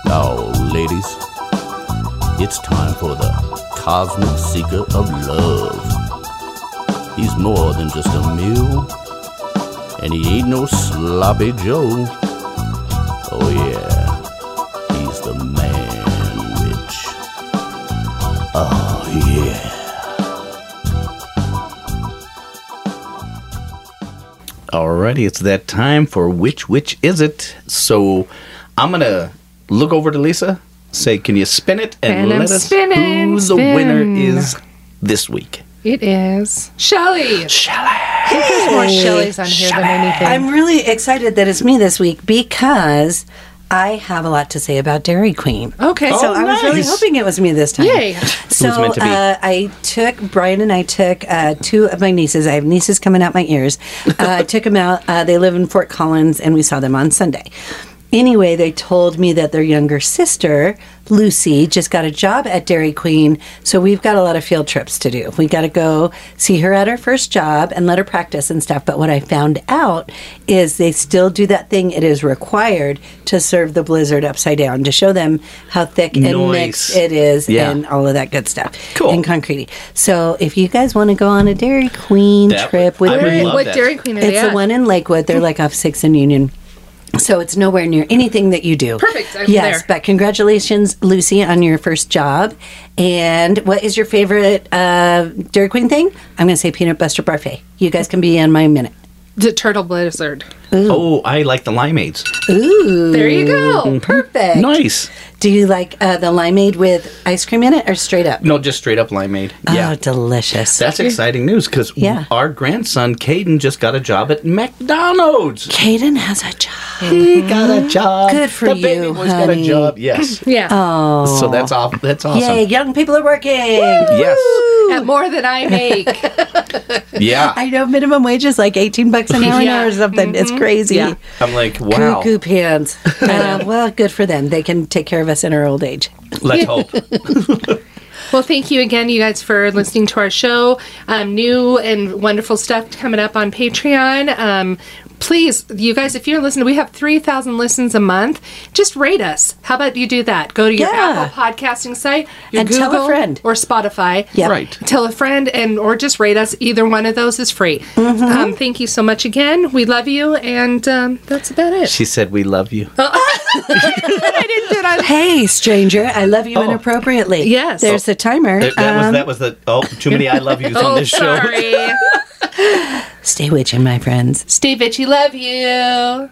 [SPEAKER 7] Now, Oh, ladies, it's time for the Cosmic Seeker of Love. He's more than just a mule, and he ain't no sloppy Joe. Oh, yeah, he's the man witch. Oh, yeah.
[SPEAKER 5] Alrighty, it's that time for which which is it? So I'm gonna look over to Lisa, say, can you spin it and,
[SPEAKER 3] And I'm
[SPEAKER 5] let us
[SPEAKER 3] spinning,
[SPEAKER 5] who the
[SPEAKER 3] spin.
[SPEAKER 5] winner is this week?
[SPEAKER 3] It is Shelly. Shelly. There's more Shellys on here than anything.
[SPEAKER 4] I'm really excited that it's me this week because I have a lot to say about Dairy Queen.
[SPEAKER 3] okay.
[SPEAKER 4] So
[SPEAKER 3] so
[SPEAKER 4] I was really hoping it was me this time.
[SPEAKER 3] Yay.
[SPEAKER 4] So
[SPEAKER 1] meant to be.
[SPEAKER 4] Uh, I took Brian and I took uh, two of my nieces. I have nieces coming out my ears. Uh, I took them out. Uh, they live in Fort Collins, and we saw them on Sunday. Anyway, they told me that their younger sister Lucy just got a job at Dairy Queen, so we've got a lot of field trips to do. We got to go see her at her first job and let her practice and stuff. But what I found out is they still do that thing; it is required to serve the blizzard upside down to show them how thick and
[SPEAKER 5] Nice.
[SPEAKER 4] mixed it is
[SPEAKER 5] Yeah.
[SPEAKER 4] and all of that good stuff.
[SPEAKER 5] Cool.
[SPEAKER 4] And concrete. So if you guys want to go on a Dairy Queen
[SPEAKER 5] That
[SPEAKER 4] trip
[SPEAKER 5] would-
[SPEAKER 4] with
[SPEAKER 5] I would
[SPEAKER 4] me,
[SPEAKER 5] love
[SPEAKER 3] what
[SPEAKER 5] that.
[SPEAKER 3] Dairy Queen are they
[SPEAKER 4] it's the
[SPEAKER 3] at?
[SPEAKER 4] one in Lakewood. They're like off Six and Union. So it's nowhere near anything that you do.
[SPEAKER 3] Perfect, I'm
[SPEAKER 4] yes,
[SPEAKER 3] there.
[SPEAKER 4] but congratulations, Lucy, on your first job. And what is your favorite uh, Dairy Queen thing? I'm going to say peanut butter parfait. You guys can be in my minute.
[SPEAKER 3] The turtle blizzard.
[SPEAKER 5] Oh, I like the limeades.
[SPEAKER 4] Ooh,
[SPEAKER 3] There you go.
[SPEAKER 4] perfect.
[SPEAKER 5] Nice.
[SPEAKER 4] Do you like uh, the limeade with ice cream in it, or straight up?
[SPEAKER 5] No, just straight up limeade.
[SPEAKER 4] Oh,
[SPEAKER 5] Yeah.
[SPEAKER 4] delicious.
[SPEAKER 5] That's exciting news because
[SPEAKER 4] Yeah.
[SPEAKER 5] our grandson Caden just got a job at McDonald's.
[SPEAKER 4] Caden has a job.
[SPEAKER 5] He got a job.
[SPEAKER 4] Mm-hmm. Good for
[SPEAKER 5] the baby
[SPEAKER 4] you,
[SPEAKER 5] boy's got a
[SPEAKER 4] honey.
[SPEAKER 5] job. Yes.
[SPEAKER 3] Yeah.
[SPEAKER 5] So that's off. That's awesome.
[SPEAKER 4] Yay, young people are working.
[SPEAKER 5] Yes.
[SPEAKER 3] At more than I make.
[SPEAKER 5] Yeah.
[SPEAKER 4] I know minimum wage is like 18 bucks an hour
[SPEAKER 3] Yeah.
[SPEAKER 4] now or something. It's crazy.
[SPEAKER 3] Yeah.
[SPEAKER 5] I'm like, wow.
[SPEAKER 4] Cuckoo pants. Uh, well, good for them. They can take care of us in our old age.
[SPEAKER 5] Let's hope.
[SPEAKER 3] Well, thank you again, you guys, for listening to our show. Um, new and wonderful stuff coming up on Patreon. Um, please, you guys, if you're listening, we have 3,000 listens a month. Just rate us. How about you do that? Go to your
[SPEAKER 4] Yeah.
[SPEAKER 3] Apple podcasting site, your
[SPEAKER 4] And tell a friend.
[SPEAKER 3] or Spotify.
[SPEAKER 4] Yep.
[SPEAKER 5] Right.
[SPEAKER 3] Tell a friend and or just rate us. Either one of those is free.
[SPEAKER 4] Mm-hmm.
[SPEAKER 3] Um, thank you so much again. We love you, and um, that's about it.
[SPEAKER 5] She said, "We
[SPEAKER 4] Uh,
[SPEAKER 5] love you."
[SPEAKER 4] Hey, stranger, I love you inappropriately.
[SPEAKER 3] Yes.
[SPEAKER 4] There's the timer.
[SPEAKER 5] that, that was
[SPEAKER 4] Um,
[SPEAKER 5] that was the oh too many I love yous on
[SPEAKER 3] Oh,
[SPEAKER 5] this show.
[SPEAKER 3] sorry.
[SPEAKER 4] Stay witching, my friends.
[SPEAKER 3] Stay bitchy. Love you.